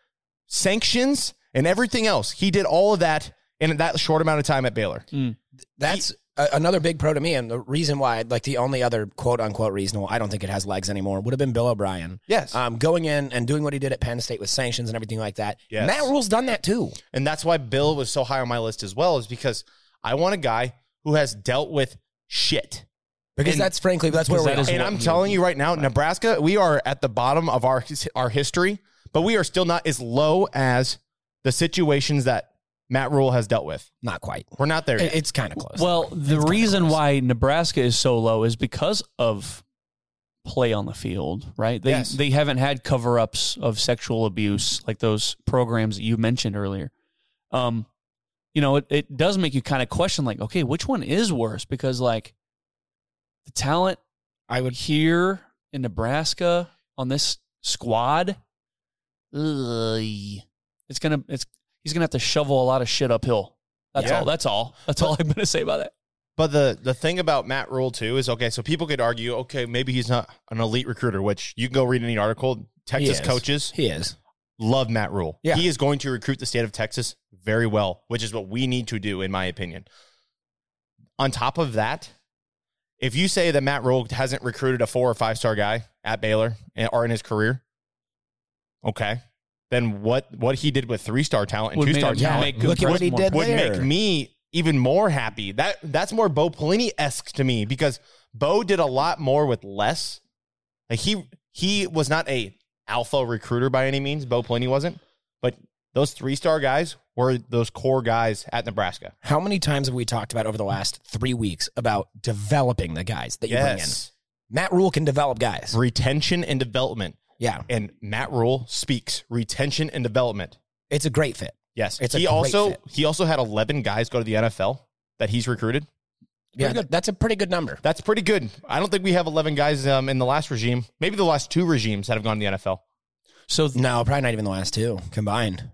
S7: sanctions and everything else. He did all of that in that short amount of time at Baylor.
S4: That's a, another big pro to me, and the reason why, like the only other quote-unquote reason why I don't think it has legs anymore would have been Bill O'Brien.
S7: Yes.
S4: um, going in and doing what he did at Penn State with sanctions and everything like that.
S7: Yes.
S4: Matt Rule's done that too.
S7: And that's why Bill was so high on my list as well, is because I want a guy who has dealt with shit.
S4: Because
S7: And-
S4: that's frankly that's where
S8: Because
S4: we
S8: that
S4: are.
S8: is
S7: And
S8: what
S7: I'm
S8: he-
S7: telling you right now, Nebraska, we are at the bottom of our our history, but we are still not as low as the situations that Matt Rule has dealt with.
S4: Not quite.
S7: We're not there.
S4: It-
S7: yet.
S4: it's kind of close.
S8: Well, the
S4: kinda
S8: reason
S4: gross.
S8: why Nebraska is so low is because of play on the field, right? They
S7: Yes.
S8: they haven't had cover ups of sexual abuse like those programs that you mentioned earlier. Um, you know, it, it does make you kind of question like, okay, which one is worse? Because like the talent I would here in Nebraska on this squad, ugh, it's gonna it's he's gonna have to shovel a lot of shit uphill. That's
S7: Yeah.
S8: all. That's all. That's all I'm gonna say about that.
S7: But the the thing about Matt Rule too is okay. So people could argue, okay, maybe he's not an elite recruiter, which you can go read any article. Texas
S4: is.
S7: coaches
S4: he is.
S7: love Matt Rule.
S4: Yeah.
S7: He is going to recruit the state of Texas very well, which is what we need to do, in my opinion. On top of that, if you say that Matt Rule hasn't recruited a four or five star guy at Baylor and- or in his career, okay, then what what he did with three star talent and
S8: Would
S7: two
S8: make-
S7: star
S8: yeah,
S7: talent
S8: make
S4: Look at what he
S8: Impressed more.
S4: did
S7: would
S4: there.
S7: make me even more happy. That that's more Bo Pelini esque to me because Bo did a lot more with less. Like he he was not a alpha recruiter by any means. Bo Pelini wasn't, but those three star guys were those core guys at Nebraska.
S4: How many times have we talked about over the last three weeks about developing the guys that you
S7: Yes,
S4: bring in? Matt Rule can develop guys.
S7: retention and development.
S4: Yeah,
S7: And Matt Rule speaks retention and development.
S4: it's a great fit.
S7: Yes,
S4: It's a
S7: he
S4: great
S7: also
S4: fit.
S7: he also had eleven guys go to the NFL that he's recruited.
S4: Yeah, that's a pretty good number.
S7: That's pretty good. I don't think we have 11 guys um, in the last regime. Maybe the last two regimes that have gone to the NFL.
S8: So th-
S4: No, probably not even the last two combined.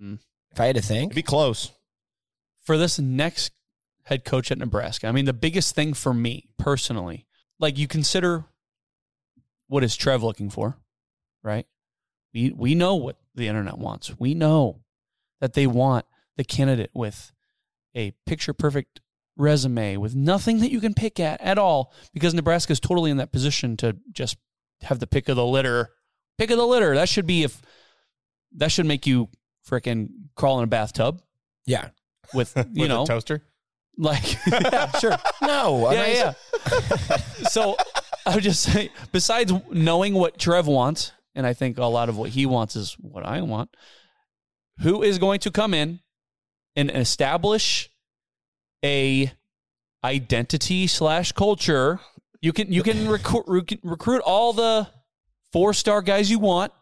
S8: Mm.
S4: If I had to
S7: It'd
S4: think,
S7: be close.
S8: for this next head coach at Nebraska, I mean, the biggest thing for me personally, like you consider what is Trev looking for, right? We we know what the internet wants. We know that they want the candidate with a picture perfect resume with nothing that you can pick at at all because Nebraska is totally in that position to just have the pick of the litter. Pick of the litter. That should be if that should make you frickin' crawl in a bathtub
S4: yeah,
S7: <laughs>
S8: with you
S7: with
S8: know
S7: a toaster.
S8: like <laughs> yeah sure
S4: no,
S8: <laughs> yeah yeah <laughs> so i would just say besides knowing what trev wants and i think a lot of what he wants is what i want who is going to come in and establish a identity slash culture you can you can recruit recruit all the four star guys you want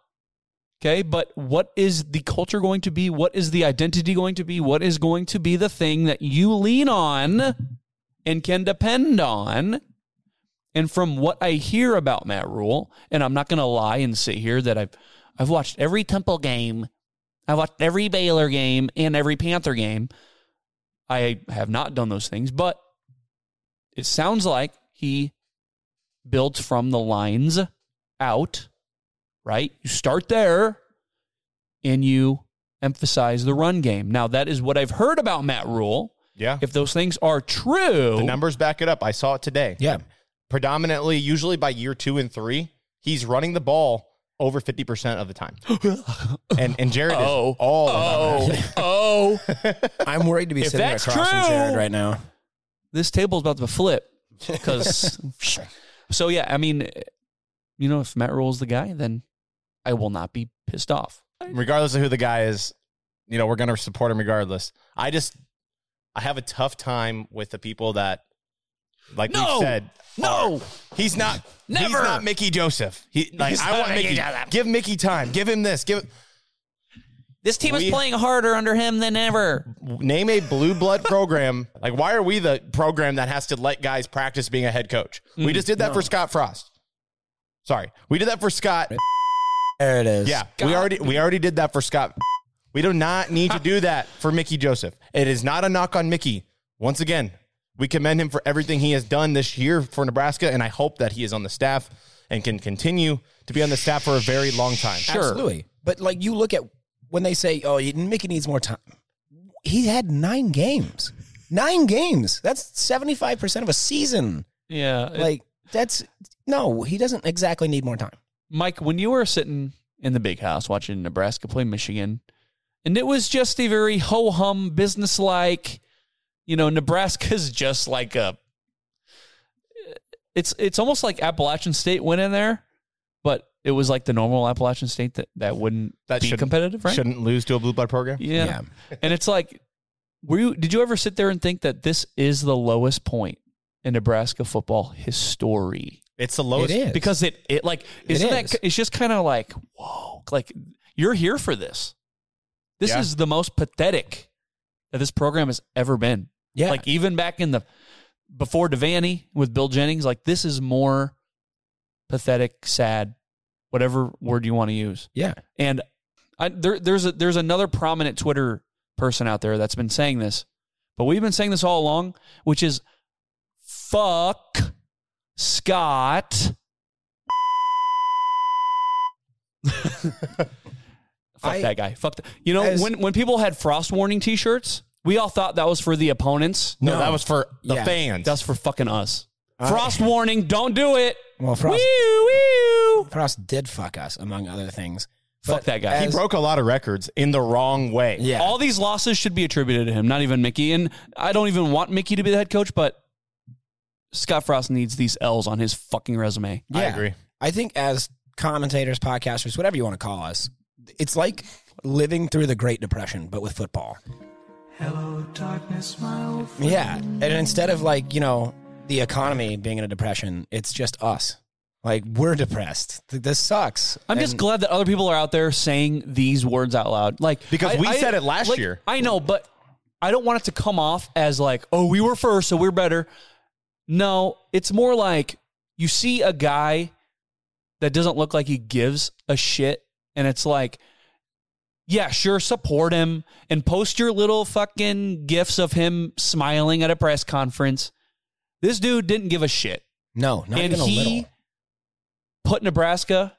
S8: Okay, but what is the culture going to be? What is the identity going to be? What is going to be the thing that you lean on and can depend on? And from what I hear about Matt Rule, and I'm not going to lie and sit here that I've I've watched every Temple game, I watched every Baylor game and every Panther game. I have not done those things, but it sounds like he built from the lines out right? You start there and you emphasize the run game. Now, that is what I've heard about Matt Rule.
S7: Yeah.
S8: If Oh. those things are true,
S7: the numbers back it up. I saw it today. <laughs>
S4: yeah.
S7: Predominantly, usually by year two and three, he's running the ball over 50% of the
S8: <laughs>
S7: time. and, and Jared
S8: Oh.
S7: is all about
S8: oh,
S7: that.
S8: oh,
S4: I'm worried to be
S8: If
S4: sitting
S8: that's
S4: across from
S8: true-
S4: Jared right now.
S8: this table's about to flip.
S7: <laughs>
S8: Because, so yeah, I mean, you know, if Matt Rule's the guy, then I will not be pissed off.
S7: Regardless of who the guy is, you know, we're going to support him regardless. I just, I have a tough time with the people that, like we
S8: No.
S7: we said,
S8: No,
S7: He's not.
S8: Never.
S7: He's not Mickey Joseph. He like
S8: He's
S7: I
S8: not
S7: want
S8: Mickey
S7: Mickey.
S8: Joseph.
S7: Give Mickey time. Give him this. Give.
S9: This team is
S7: We-
S9: playing harder under him than ever.
S7: Name a blue blood program. Like, why are we the program that has to let guys practice being a head coach? We
S8: Mm,
S7: just did that for Scott Frost. Sorry, we did that for Scott.
S4: There it is.
S7: Yeah,
S9: Scott.
S7: we already we already did that for Scott. We do not need <laughs> to do that for Mickey Joseph. It is not a knock on Mickey. Once again, we commend him for everything he has done this year for Nebraska, and I hope that he is on the staff and can continue to be on the staff for a very long time.
S4: Absolutely. But like you look at when they say, "Oh, you- Mickey needs more time." He had nine games. Nine games. That's seventy five percent of a season.
S8: Yeah.
S4: Like that's no. He doesn't exactly need more time.
S8: Mike, when you were sitting in the big house watching Nebraska play Michigan, and it was just a very ho hum, business like, you know, Nebraska's just like a. It's it's almost like Appalachian State went in there, but it was like the normal Appalachian State that, that wouldn't
S7: That
S8: be
S7: shouldn't-
S8: competitive, right?
S7: Shouldn't lose to a blue blood program.
S8: Yeah. and it's like, were you? Did you ever sit there and think that this is the lowest point in Nebraska football history?
S7: It's the lowest.
S4: It is.
S8: because it it like
S4: It
S8: isn't
S4: is.
S8: that it's just kind of like whoa like you're here for this this
S7: Yeah.
S8: is the most pathetic that this program has ever been
S4: Yeah.
S8: like even back in the before devaney with bill jennings like this is more pathetic sad whatever word you want to use
S4: yeah.
S8: and I, there, there's a, there's another prominent Twitter person out there that's been saying this, but we've been saying this all along, which is fuck
S4: <laughs>
S8: Scott. fuck
S4: I-
S8: that guy. Fuck. The, you know
S4: As-
S8: when when people had frost warning T-shirts, we all thought that was for the opponents.
S7: No, that was for the
S4: Yeah.
S7: fans.
S8: That's for fucking us.
S4: I-
S8: Frost warning. Don't do it.
S4: Well, Frost,
S8: Woo, woo.
S4: Frost did fuck us among other things.
S8: Fuck
S4: But
S8: that guy.
S7: he
S4: as-
S7: broke a lot of records in the wrong way.
S4: Yeah.
S8: All these losses should be attributed to him, not even Mickey. And I don't even want Mickey to be the head coach, but Scott Frost needs these L's on his fucking resume.
S7: I agree.
S4: I think as commentators, podcasters, whatever you want to call us, it's like living through the Great Depression, but with football. Yeah. And instead of like, you know, the economy being in a depression, it's just us. Like, we're depressed. Th- This sucks.
S8: I'm just glad that other people are out there saying these words out loud. Like
S7: Because we said it last
S8: like,
S7: year.
S8: I know, but I don't want it to come off as like, oh, we were first, so we're better. No, it's more like you see a guy that doesn't look like he gives a shit, and it's like, yeah, sure, support him and post your little fucking gifs of him smiling at a press conference. This dude didn't give a shit
S4: No, not
S8: and
S4: even a
S8: he
S4: little.
S8: put Nebraska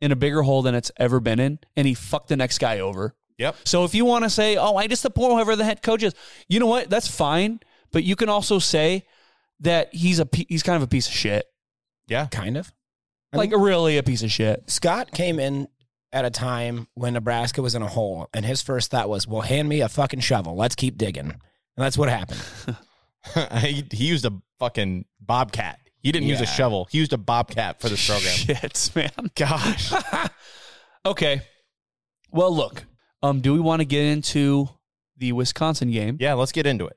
S8: in a bigger hole than it's ever been in, and he fucked the next guy over.
S7: Yep.
S8: So if you want to say, "Oh, I just support whoever the head coach is," you know what? That's fine, but you can also say that he's a pe- he's kind of a piece of shit,
S7: <laughs> Yeah.
S4: Kind of. I
S8: like really a piece of shit.
S4: Scott came in at a time when Nebraska was in a hole, and his first thought was, well, hand me a fucking shovel. Let's keep digging. And that's what happened.
S7: he, he used a fucking bobcat. He didn't use a
S4: Yeah.
S7: shovel. He used a bobcat for this
S8: <laughs>
S7: program.
S8: Shit, man.
S7: Gosh.
S8: <laughs> Okay. Well, look. Um, do we want to get into the Wisconsin game?
S7: Yeah, let's get into it.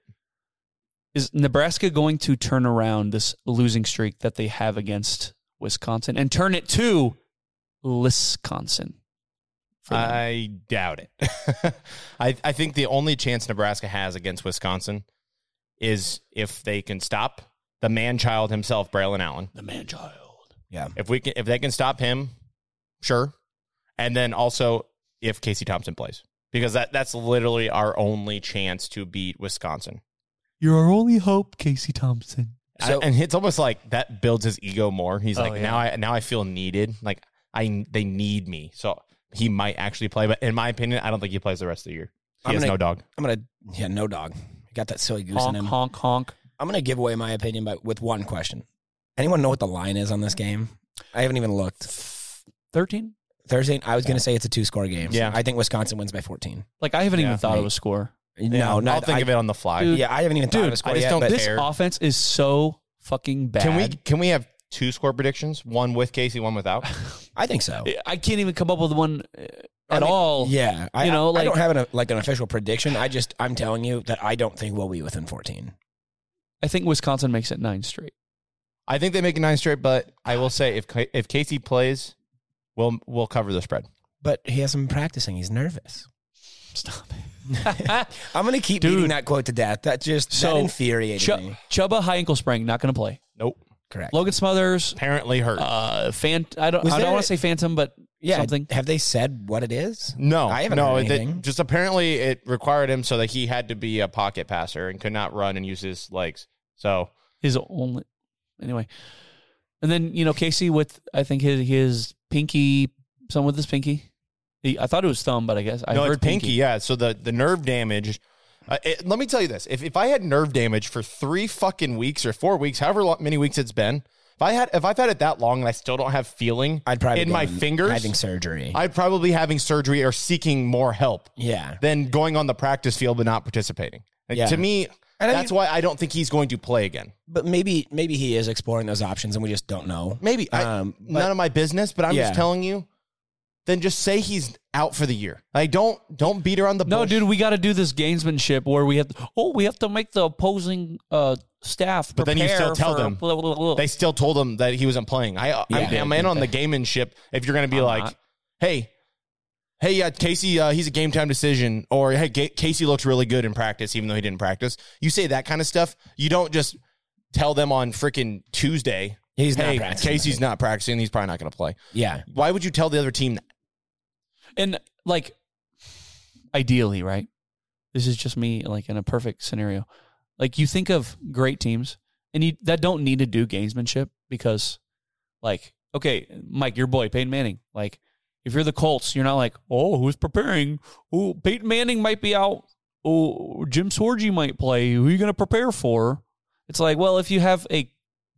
S8: Is Nebraska going to turn around this losing streak that they have against Wisconsin and turn it to Wisconsin? for them?
S7: I doubt it. <laughs> I, I think the only chance Nebraska has against Wisconsin is if they can stop the man child himself, Braylon Allen.
S8: the man child.
S7: If we can, if they can stop him, sure. And then also if Casey Thompson plays, because that, that's literally our only chance to beat Wisconsin.
S8: You're our only hope, Casey Thompson.
S7: I-
S4: So-
S7: and it's almost like that builds his ego more. He's
S8: Oh,
S7: like,
S8: yeah.
S7: now I now I feel needed. Like I they need me, so he might actually play. But in my opinion, I don't think he plays the rest of the year. He
S4: I'm
S7: has
S4: gonna-
S7: no dog.
S4: I'm gonna yeah, no dog. I got that silly goose in
S8: Honk,
S4: him.
S8: honk, honk.
S4: I'm gonna give away my opinion, but with one question. Anyone know what the line is on this game? I haven't even looked.
S8: 13?
S4: Thursday, I was gonna say it's a two score game.
S7: Yeah.
S4: I think Wisconsin wins by 14.
S8: Like, I haven't even
S7: Yeah,
S8: thought of
S4: mate.
S8: a score.
S4: No, no,
S7: I'll think
S4: I,
S7: of it on the fly.
S8: Dude,
S4: Yeah, I haven't even thought
S7: Dude,
S4: of a score
S7: I just
S4: yet,
S7: don't
S4: but-
S8: This
S7: Fair.
S8: offense is so fucking bad.
S7: can we can we have two score predictions? One with Casey, one without.
S4: I think so.
S8: I can't even come up with one uh, at
S4: mean,
S8: all.
S4: Yeah, I,
S8: You know,
S4: I- I
S8: like-
S4: don't have an, like an official prediction. I just I'm telling you that I don't think we'll be within 14.
S8: I think Wisconsin makes it nine straight.
S7: I think they make it nine straight, but I will say if Ca- if Casey plays, we'll we'll cover the spread.
S4: But he hasn't been practicing. He's nervous.
S8: Stop
S4: <laughs> I'm gonna keep beating that quote to death. That just
S8: So,
S4: that infuriated
S8: it. Chu-
S4: me.
S8: Chuba high ankle sprain, not going to play.
S7: Nope.
S4: Correct.
S8: Logan Smothers,
S7: Apparently hurt.
S8: uh, fan. I don't.
S4: Was
S8: I don't
S4: there-
S8: want to say phantom, but
S4: yeah.
S8: something.
S4: Have they said what it is?
S7: no,
S4: I haven't
S7: no.
S4: heard
S7: it- that-
S4: anything.
S7: just apparently it required him so that he had to be a pocket passer and could not run and use his legs. So
S8: His only. Anyway, and then you know Casey with I think his his pinky. Someone with his pinky. He, I thought it was thumb, but I guess I
S7: no,
S8: heard
S7: it's pinky. Yeah. So the the nerve damage. Uh, it, let me tell you this: if if I had nerve damage for three fucking weeks or four weeks, however long, many weeks it's been, if I had if I've had it that long and I still don't have feeling,
S4: I'd probably
S7: in
S4: go
S7: my
S4: and
S7: fingers.
S4: having surgery.
S7: I'd probably having surgery or seeking more help
S4: yeah.
S7: than going on the practice field but not participating. Like,
S4: Yeah.
S7: To me,
S4: And I
S7: that's why I don't think he's going to play again.
S4: But maybe maybe he is exploring those options and we just don't know.
S7: Maybe I,
S4: Um, but-
S7: none of my business, but I'm
S4: Yeah.
S7: just telling you. Then just say he's out for the year. Like don't don't beat around the
S8: No,
S7: bush.
S8: dude, we got to do this gamesmanship where we have. To, oh, we have to make the opposing uh, staff.
S7: But then you still
S8: prepare
S7: tell
S8: for-
S7: them. They still told him that he wasn't playing. I
S4: Yeah.
S7: I'm, I'm in on the gamemanship. If you're going to be
S8: I'm
S7: like,
S8: not.
S7: hey, hey, uh, Casey, uh, he's a game time decision, or hey, Ga- Casey looks really good in practice, even though he didn't practice. You say that kind of stuff. You don't just tell them on freaking Tuesday.
S4: He's not
S7: hey,
S4: practicing
S7: Casey's not practicing. He's probably not going to play.
S4: Yeah.
S7: Why would you tell the other team that?
S8: and like ideally right this is just me like in a perfect scenario like you think of great teams and you that don't need to do gamesmanship because like okay mike your boy peyton manning like if you're the colts you're not like oh who's preparing oh peyton manning might be out oh jim sorgi might play who are you going to prepare for it's like well if you have a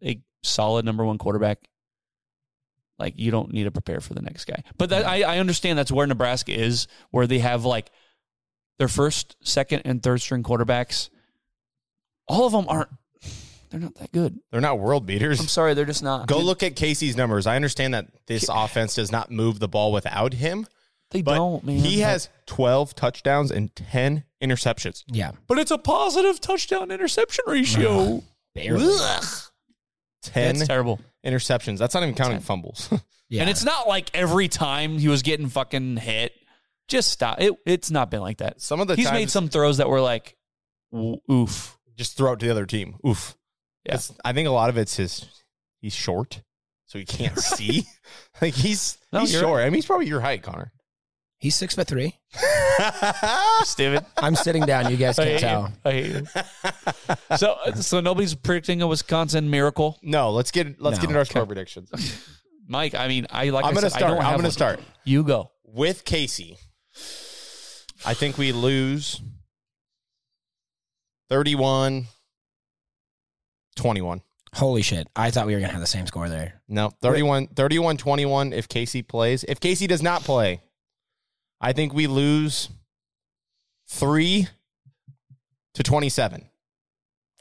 S8: a solid number one quarterback like you don't need to prepare for the next guy. But that, I, I understand that's where Nebraska is, where they have like their first, second, and third string quarterbacks. All of them aren't. They're not that good.
S7: They're not world
S8: I'm
S7: beaters.
S8: sorry, they're just not.
S7: Go look at Casey's numbers. I understand that this offense does not move the ball without him,
S8: They
S7: but
S8: don't, man.
S7: he has 12 touchdowns and 10 interceptions.
S4: Yeah.
S8: But it's a positive touchdown interception
S7: <sighs>
S8: ratio.
S4: Barely.
S7: 10
S8: That's terrible.
S7: interceptions. That's not even counting fumbles. <laughs>
S4: Yeah.
S8: And it's not like every time he was getting fucking hit. Just stop. It, it's not been like that.
S7: Some of the
S8: He's
S7: times,
S8: made some throws that were like, w- oof.
S7: just throw it to the other team. Oof.
S8: Yeah.
S7: It's- I think a lot of it's his. He's short, so he can't
S8: <laughs>
S7: see. <laughs> Like he's
S8: No,
S7: he's
S8: you're
S7: short. I mean, he's probably your height,
S8: <laughs>
S7: Connor.
S4: He's six foot three.
S8: Steven.
S4: I'm sitting down. You guys can't tell.
S8: I hate you.
S7: <laughs>
S8: so, so nobody's predicting a Wisconsin miracle,
S7: no, let's get let's
S4: No.
S7: get into our score predictions.
S8: Mike. I mean, I like.
S7: I'm
S8: I
S7: gonna
S8: said, I
S7: start.
S8: don't
S7: I'm
S8: have
S7: gonna
S8: one.
S7: start
S8: You go.
S7: with Casey. I think we lose 31 21.
S4: Holy shit. I thought we were going to have the same score there.
S7: No, 31, 31 21 if Casey plays. If Casey does not play, I think we lose 3 to 27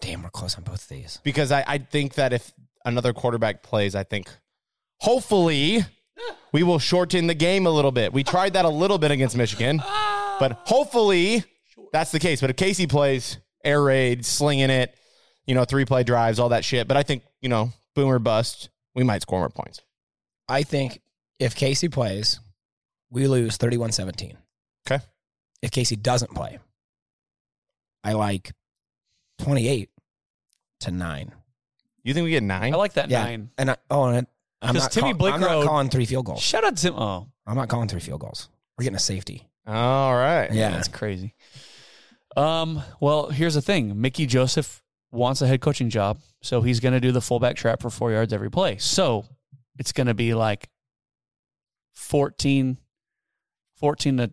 S4: Damn, we're close on both of these.
S7: because I, I think that if another quarterback plays, I think hopefully we will shorten the game a little bit. We tried that a little bit against Michigan, but hopefully that's the case. But if Casey plays, air raid, slinging it, you know, three play drives, all that shit. But I think, you know, boom or bust, we might score more points.
S4: I think if Casey plays, we lose 31 17.
S7: Okay.
S4: If Casey doesn't play, I like 28 to 9.
S7: You think we get nine?
S8: I like that
S4: Yeah.
S8: nine.
S4: And I, oh, and I, I'm,
S8: 'Cause
S4: not,
S8: Timmy
S4: call, I'm not
S8: Blakerow-
S4: calling three field goals.
S8: Shout out to oh,
S4: I'm not calling three field goals. We're getting a safety.
S7: All right.
S4: Yeah.
S8: that's crazy. Um. Well, here's the thing. Mickey Joseph wants a head coaching job, so he's going to do the fullback trap for four yards every play. So it's going to be like 14, 14 to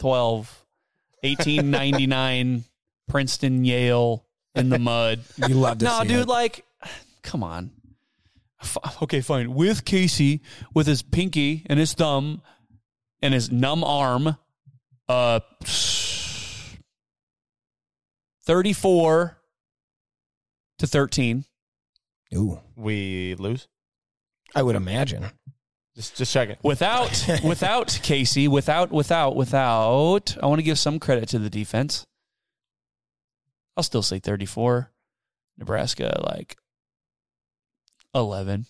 S8: 12, 1899, <laughs> Princeton, Yale in the mud.
S4: You love to
S8: <laughs> no,
S4: see
S8: dude,
S4: it.
S8: like, <sighs> come on. F- okay, fine. With Casey, with his pinky and his thumb and his numb arm, uh, 34 to 13.
S4: Ooh,
S7: We lose.
S4: I would imagine.
S7: Just just check it.
S8: <laughs> Without, without Casey, without, without, without, I want to give some credit to the defense. I'll still say 34. Nebraska, like 11.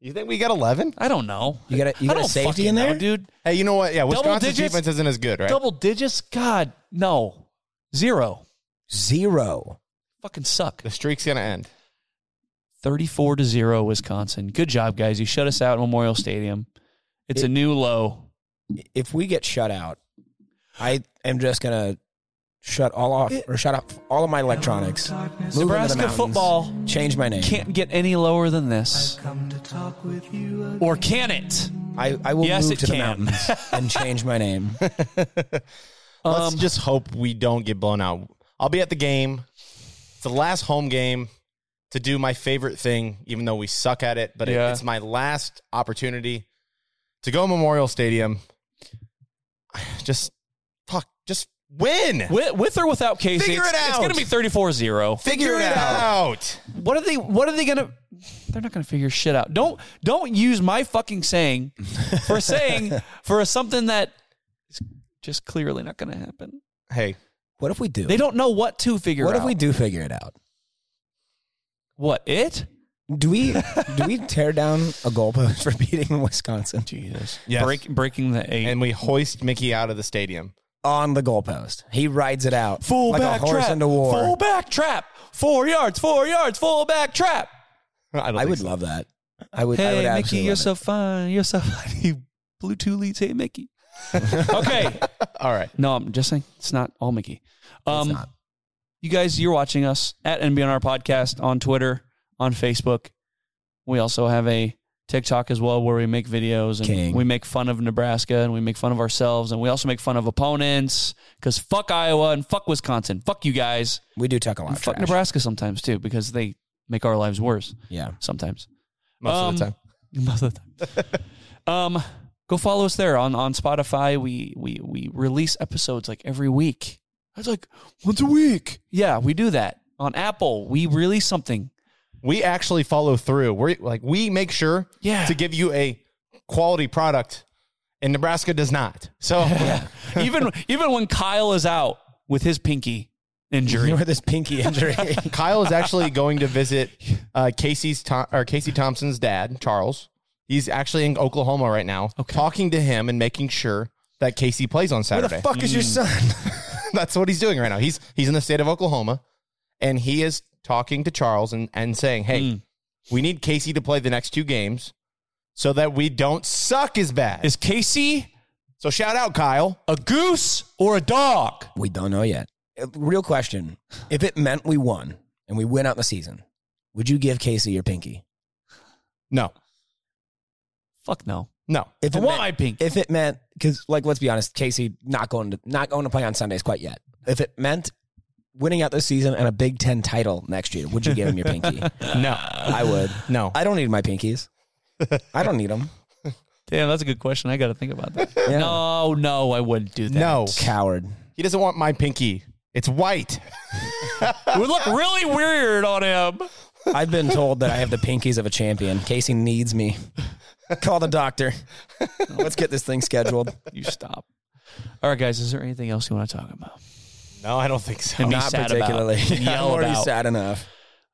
S7: You think we got 11?
S8: I don't know.
S4: You got a- you
S8: I
S4: got a
S8: don't
S4: safety
S8: fucking
S4: in there?
S8: know, dude.
S7: Hey, you know what? Yeah, Wisconsin's
S8: digits?
S7: defense isn't as good, right?
S8: Double digits? God, no. Zero.
S4: Zero.
S8: Fucking suck.
S7: The streak's gonna end.
S8: 34 to zero, Wisconsin. Good job, guys. You shut us out at Memorial Stadium. It's a new low.
S4: If we get shut out, I am just gonna shut all off or shut off all of my electronics. move into the
S8: Nebraska
S4: mountains,
S8: football
S4: Change my name.
S8: can't get any lower than this. Or can it?
S4: I, I will
S8: Yes,
S4: move
S8: it
S4: to the
S8: can. <laughs>
S4: mountains and change my name.
S8: Um,
S7: Let's just hope we don't get blown out. I'll be at the game. It's the last home game to do my favorite thing, even though we suck at it. But it-
S8: Yeah.
S7: it's my last opportunity to go Memorial Stadium. Just fuck. Just win.
S8: With, with or without Casey,
S7: Figure
S8: it's,
S7: it
S8: it's
S7: out.
S8: going to be 34 0.
S7: Figure it out.
S8: What are they? What are they gonna? They're not gonna figure shit out. Don't don't use my fucking saying
S4: <laughs>
S8: for saying for something that is just clearly not gonna happen.
S7: Hey,
S4: What if we do?
S8: They don't know what to figure
S4: what
S8: out.
S4: if we do figure it out?
S8: What it?
S4: Do we do
S8: <laughs>
S4: we tear down a goalpost for beating Wisconsin? Jesus.
S7: yes.
S8: Break, breaking the eight.
S7: and we hoist Mickey out of the stadium.
S4: On the goalpost. He rides it out.
S8: full
S4: like
S8: back
S4: a horse
S8: trap.
S4: into war.
S8: Full back trap. Four yards. Four yards. Full back trap.
S7: I, don't
S4: I
S7: think
S4: would
S7: so.
S4: love that. I would I would
S8: Hey Mickey,
S4: absolutely
S8: you're
S4: love
S8: so fine. You're so <laughs> fine. You blew two leads.
S4: <laughs>
S8: Hey Mickey. okay.
S7: All right.
S8: No, I'm just saying it's not all Mickey. Um,
S4: not.
S8: You guys, you're watching us at NBNR Podcast on Twitter, on Facebook. We also have a TikTok as well where we make videos and
S4: King.
S8: we make fun of Nebraska and we make fun of ourselves and we also make fun of opponents because fuck Iowa and fuck Wisconsin. Fuck you guys.
S4: it. We do talk a lot.
S8: And
S4: of
S8: fuck
S4: trash.
S8: Nebraska sometimes too because they make our lives worse
S4: Yeah.
S8: sometimes.
S7: Most of the
S8: Um,
S7: time.
S8: <laughs> Most of the time. um, go follow us there on on Spotify. We we we release episodes like every week. That's like once a week. Yeah, we do that on Apple. We
S7: <laughs>
S8: release something.
S7: we actually follow through. We're like we make sure
S8: Yeah.
S7: to give you a quality product, and Nebraska does not. So
S8: even even when Kyle is out with his pinky
S4: <laughs>
S7: <laughs>
S8: injury.
S4: Ignore this
S8: <laughs>
S4: pinky injury.
S7: Kyle is actually going to visit uh, Casey's Tom- or Casey Thompson's dad, Charles. He's actually in Oklahoma right now, talking to him and making sure that Casey plays on
S4: <laughs> Where the
S7: Saturday.
S4: fuck is your son?
S7: <laughs> That's what he's doing right now. He's he's in the state of Oklahoma, and he is talking to Charles and and saying, "Hey, we need Casey to play the next two games." So that we don't suck as bad.
S8: Is Casey
S7: So shout out, Kyle.
S8: a goose or a dog?
S4: We don't know yet. Uh, Real question. If it meant we won and we win out the season, would you give Casey your pinky?
S7: No,
S8: Fuck no.
S7: no.
S4: If
S8: I
S4: it
S8: want
S4: meant-
S8: my pinky.
S4: if it meant because like let's be honest casey not going to not going to play on sundays quite yet if it meant winning out this season and a big 10 title next year would you give him your
S8: <laughs>
S4: pinky
S7: No,
S4: i would
S7: no.
S4: i don't need my pinkies i don't need
S8: <laughs>
S4: them
S8: Damn, that's a good question. I got to think
S7: <laughs>
S8: about that.
S4: Yeah.
S8: No, no, I wouldn't do that.
S7: No.
S4: coward
S7: He doesn't want my pinky. It's white.
S8: It would look really weird on him.
S4: i've been told that i have the pinkies of a champion casey needs me call the doctor let's get this thing scheduled
S8: You stop. All right, guys. Is there anything else you want to talk about?
S7: No, I don't think so.
S8: And be
S4: not
S8: sad
S4: particularly <laughs>
S8: About, and
S4: i'm
S8: yell
S4: already
S8: about.
S4: sad enough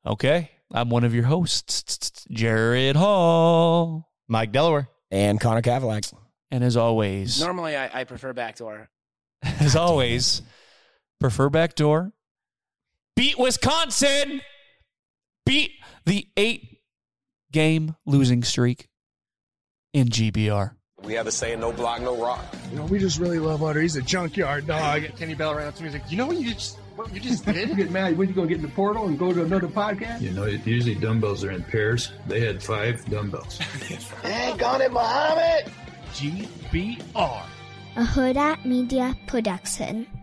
S8: Okay, I'm one of your hosts, Jared Hall,
S7: Mike Delaware.
S4: and connor kavalak
S8: and as always,
S10: Normally, I, I prefer backdoor.
S8: <laughs> as always, prefer backdoor. Beat Wisconsin. Beat the eight-game losing streak in GBR.
S11: We have the saying, no block, no rock.
S12: You know, we just really love Otter. He's a junkyard dog.
S13: Kenny Bell ran up to me. He's like, "You know what you just what you just
S12: <laughs>
S14: You
S13: did?
S14: get mad when you gonna get in the portal and go to another podcast?
S6: You know, usually dumbbells are in pairs. They had five dumbbells.
S11: Dang it, Muhammad!
S13: GBR.
S15: a Huda Media production.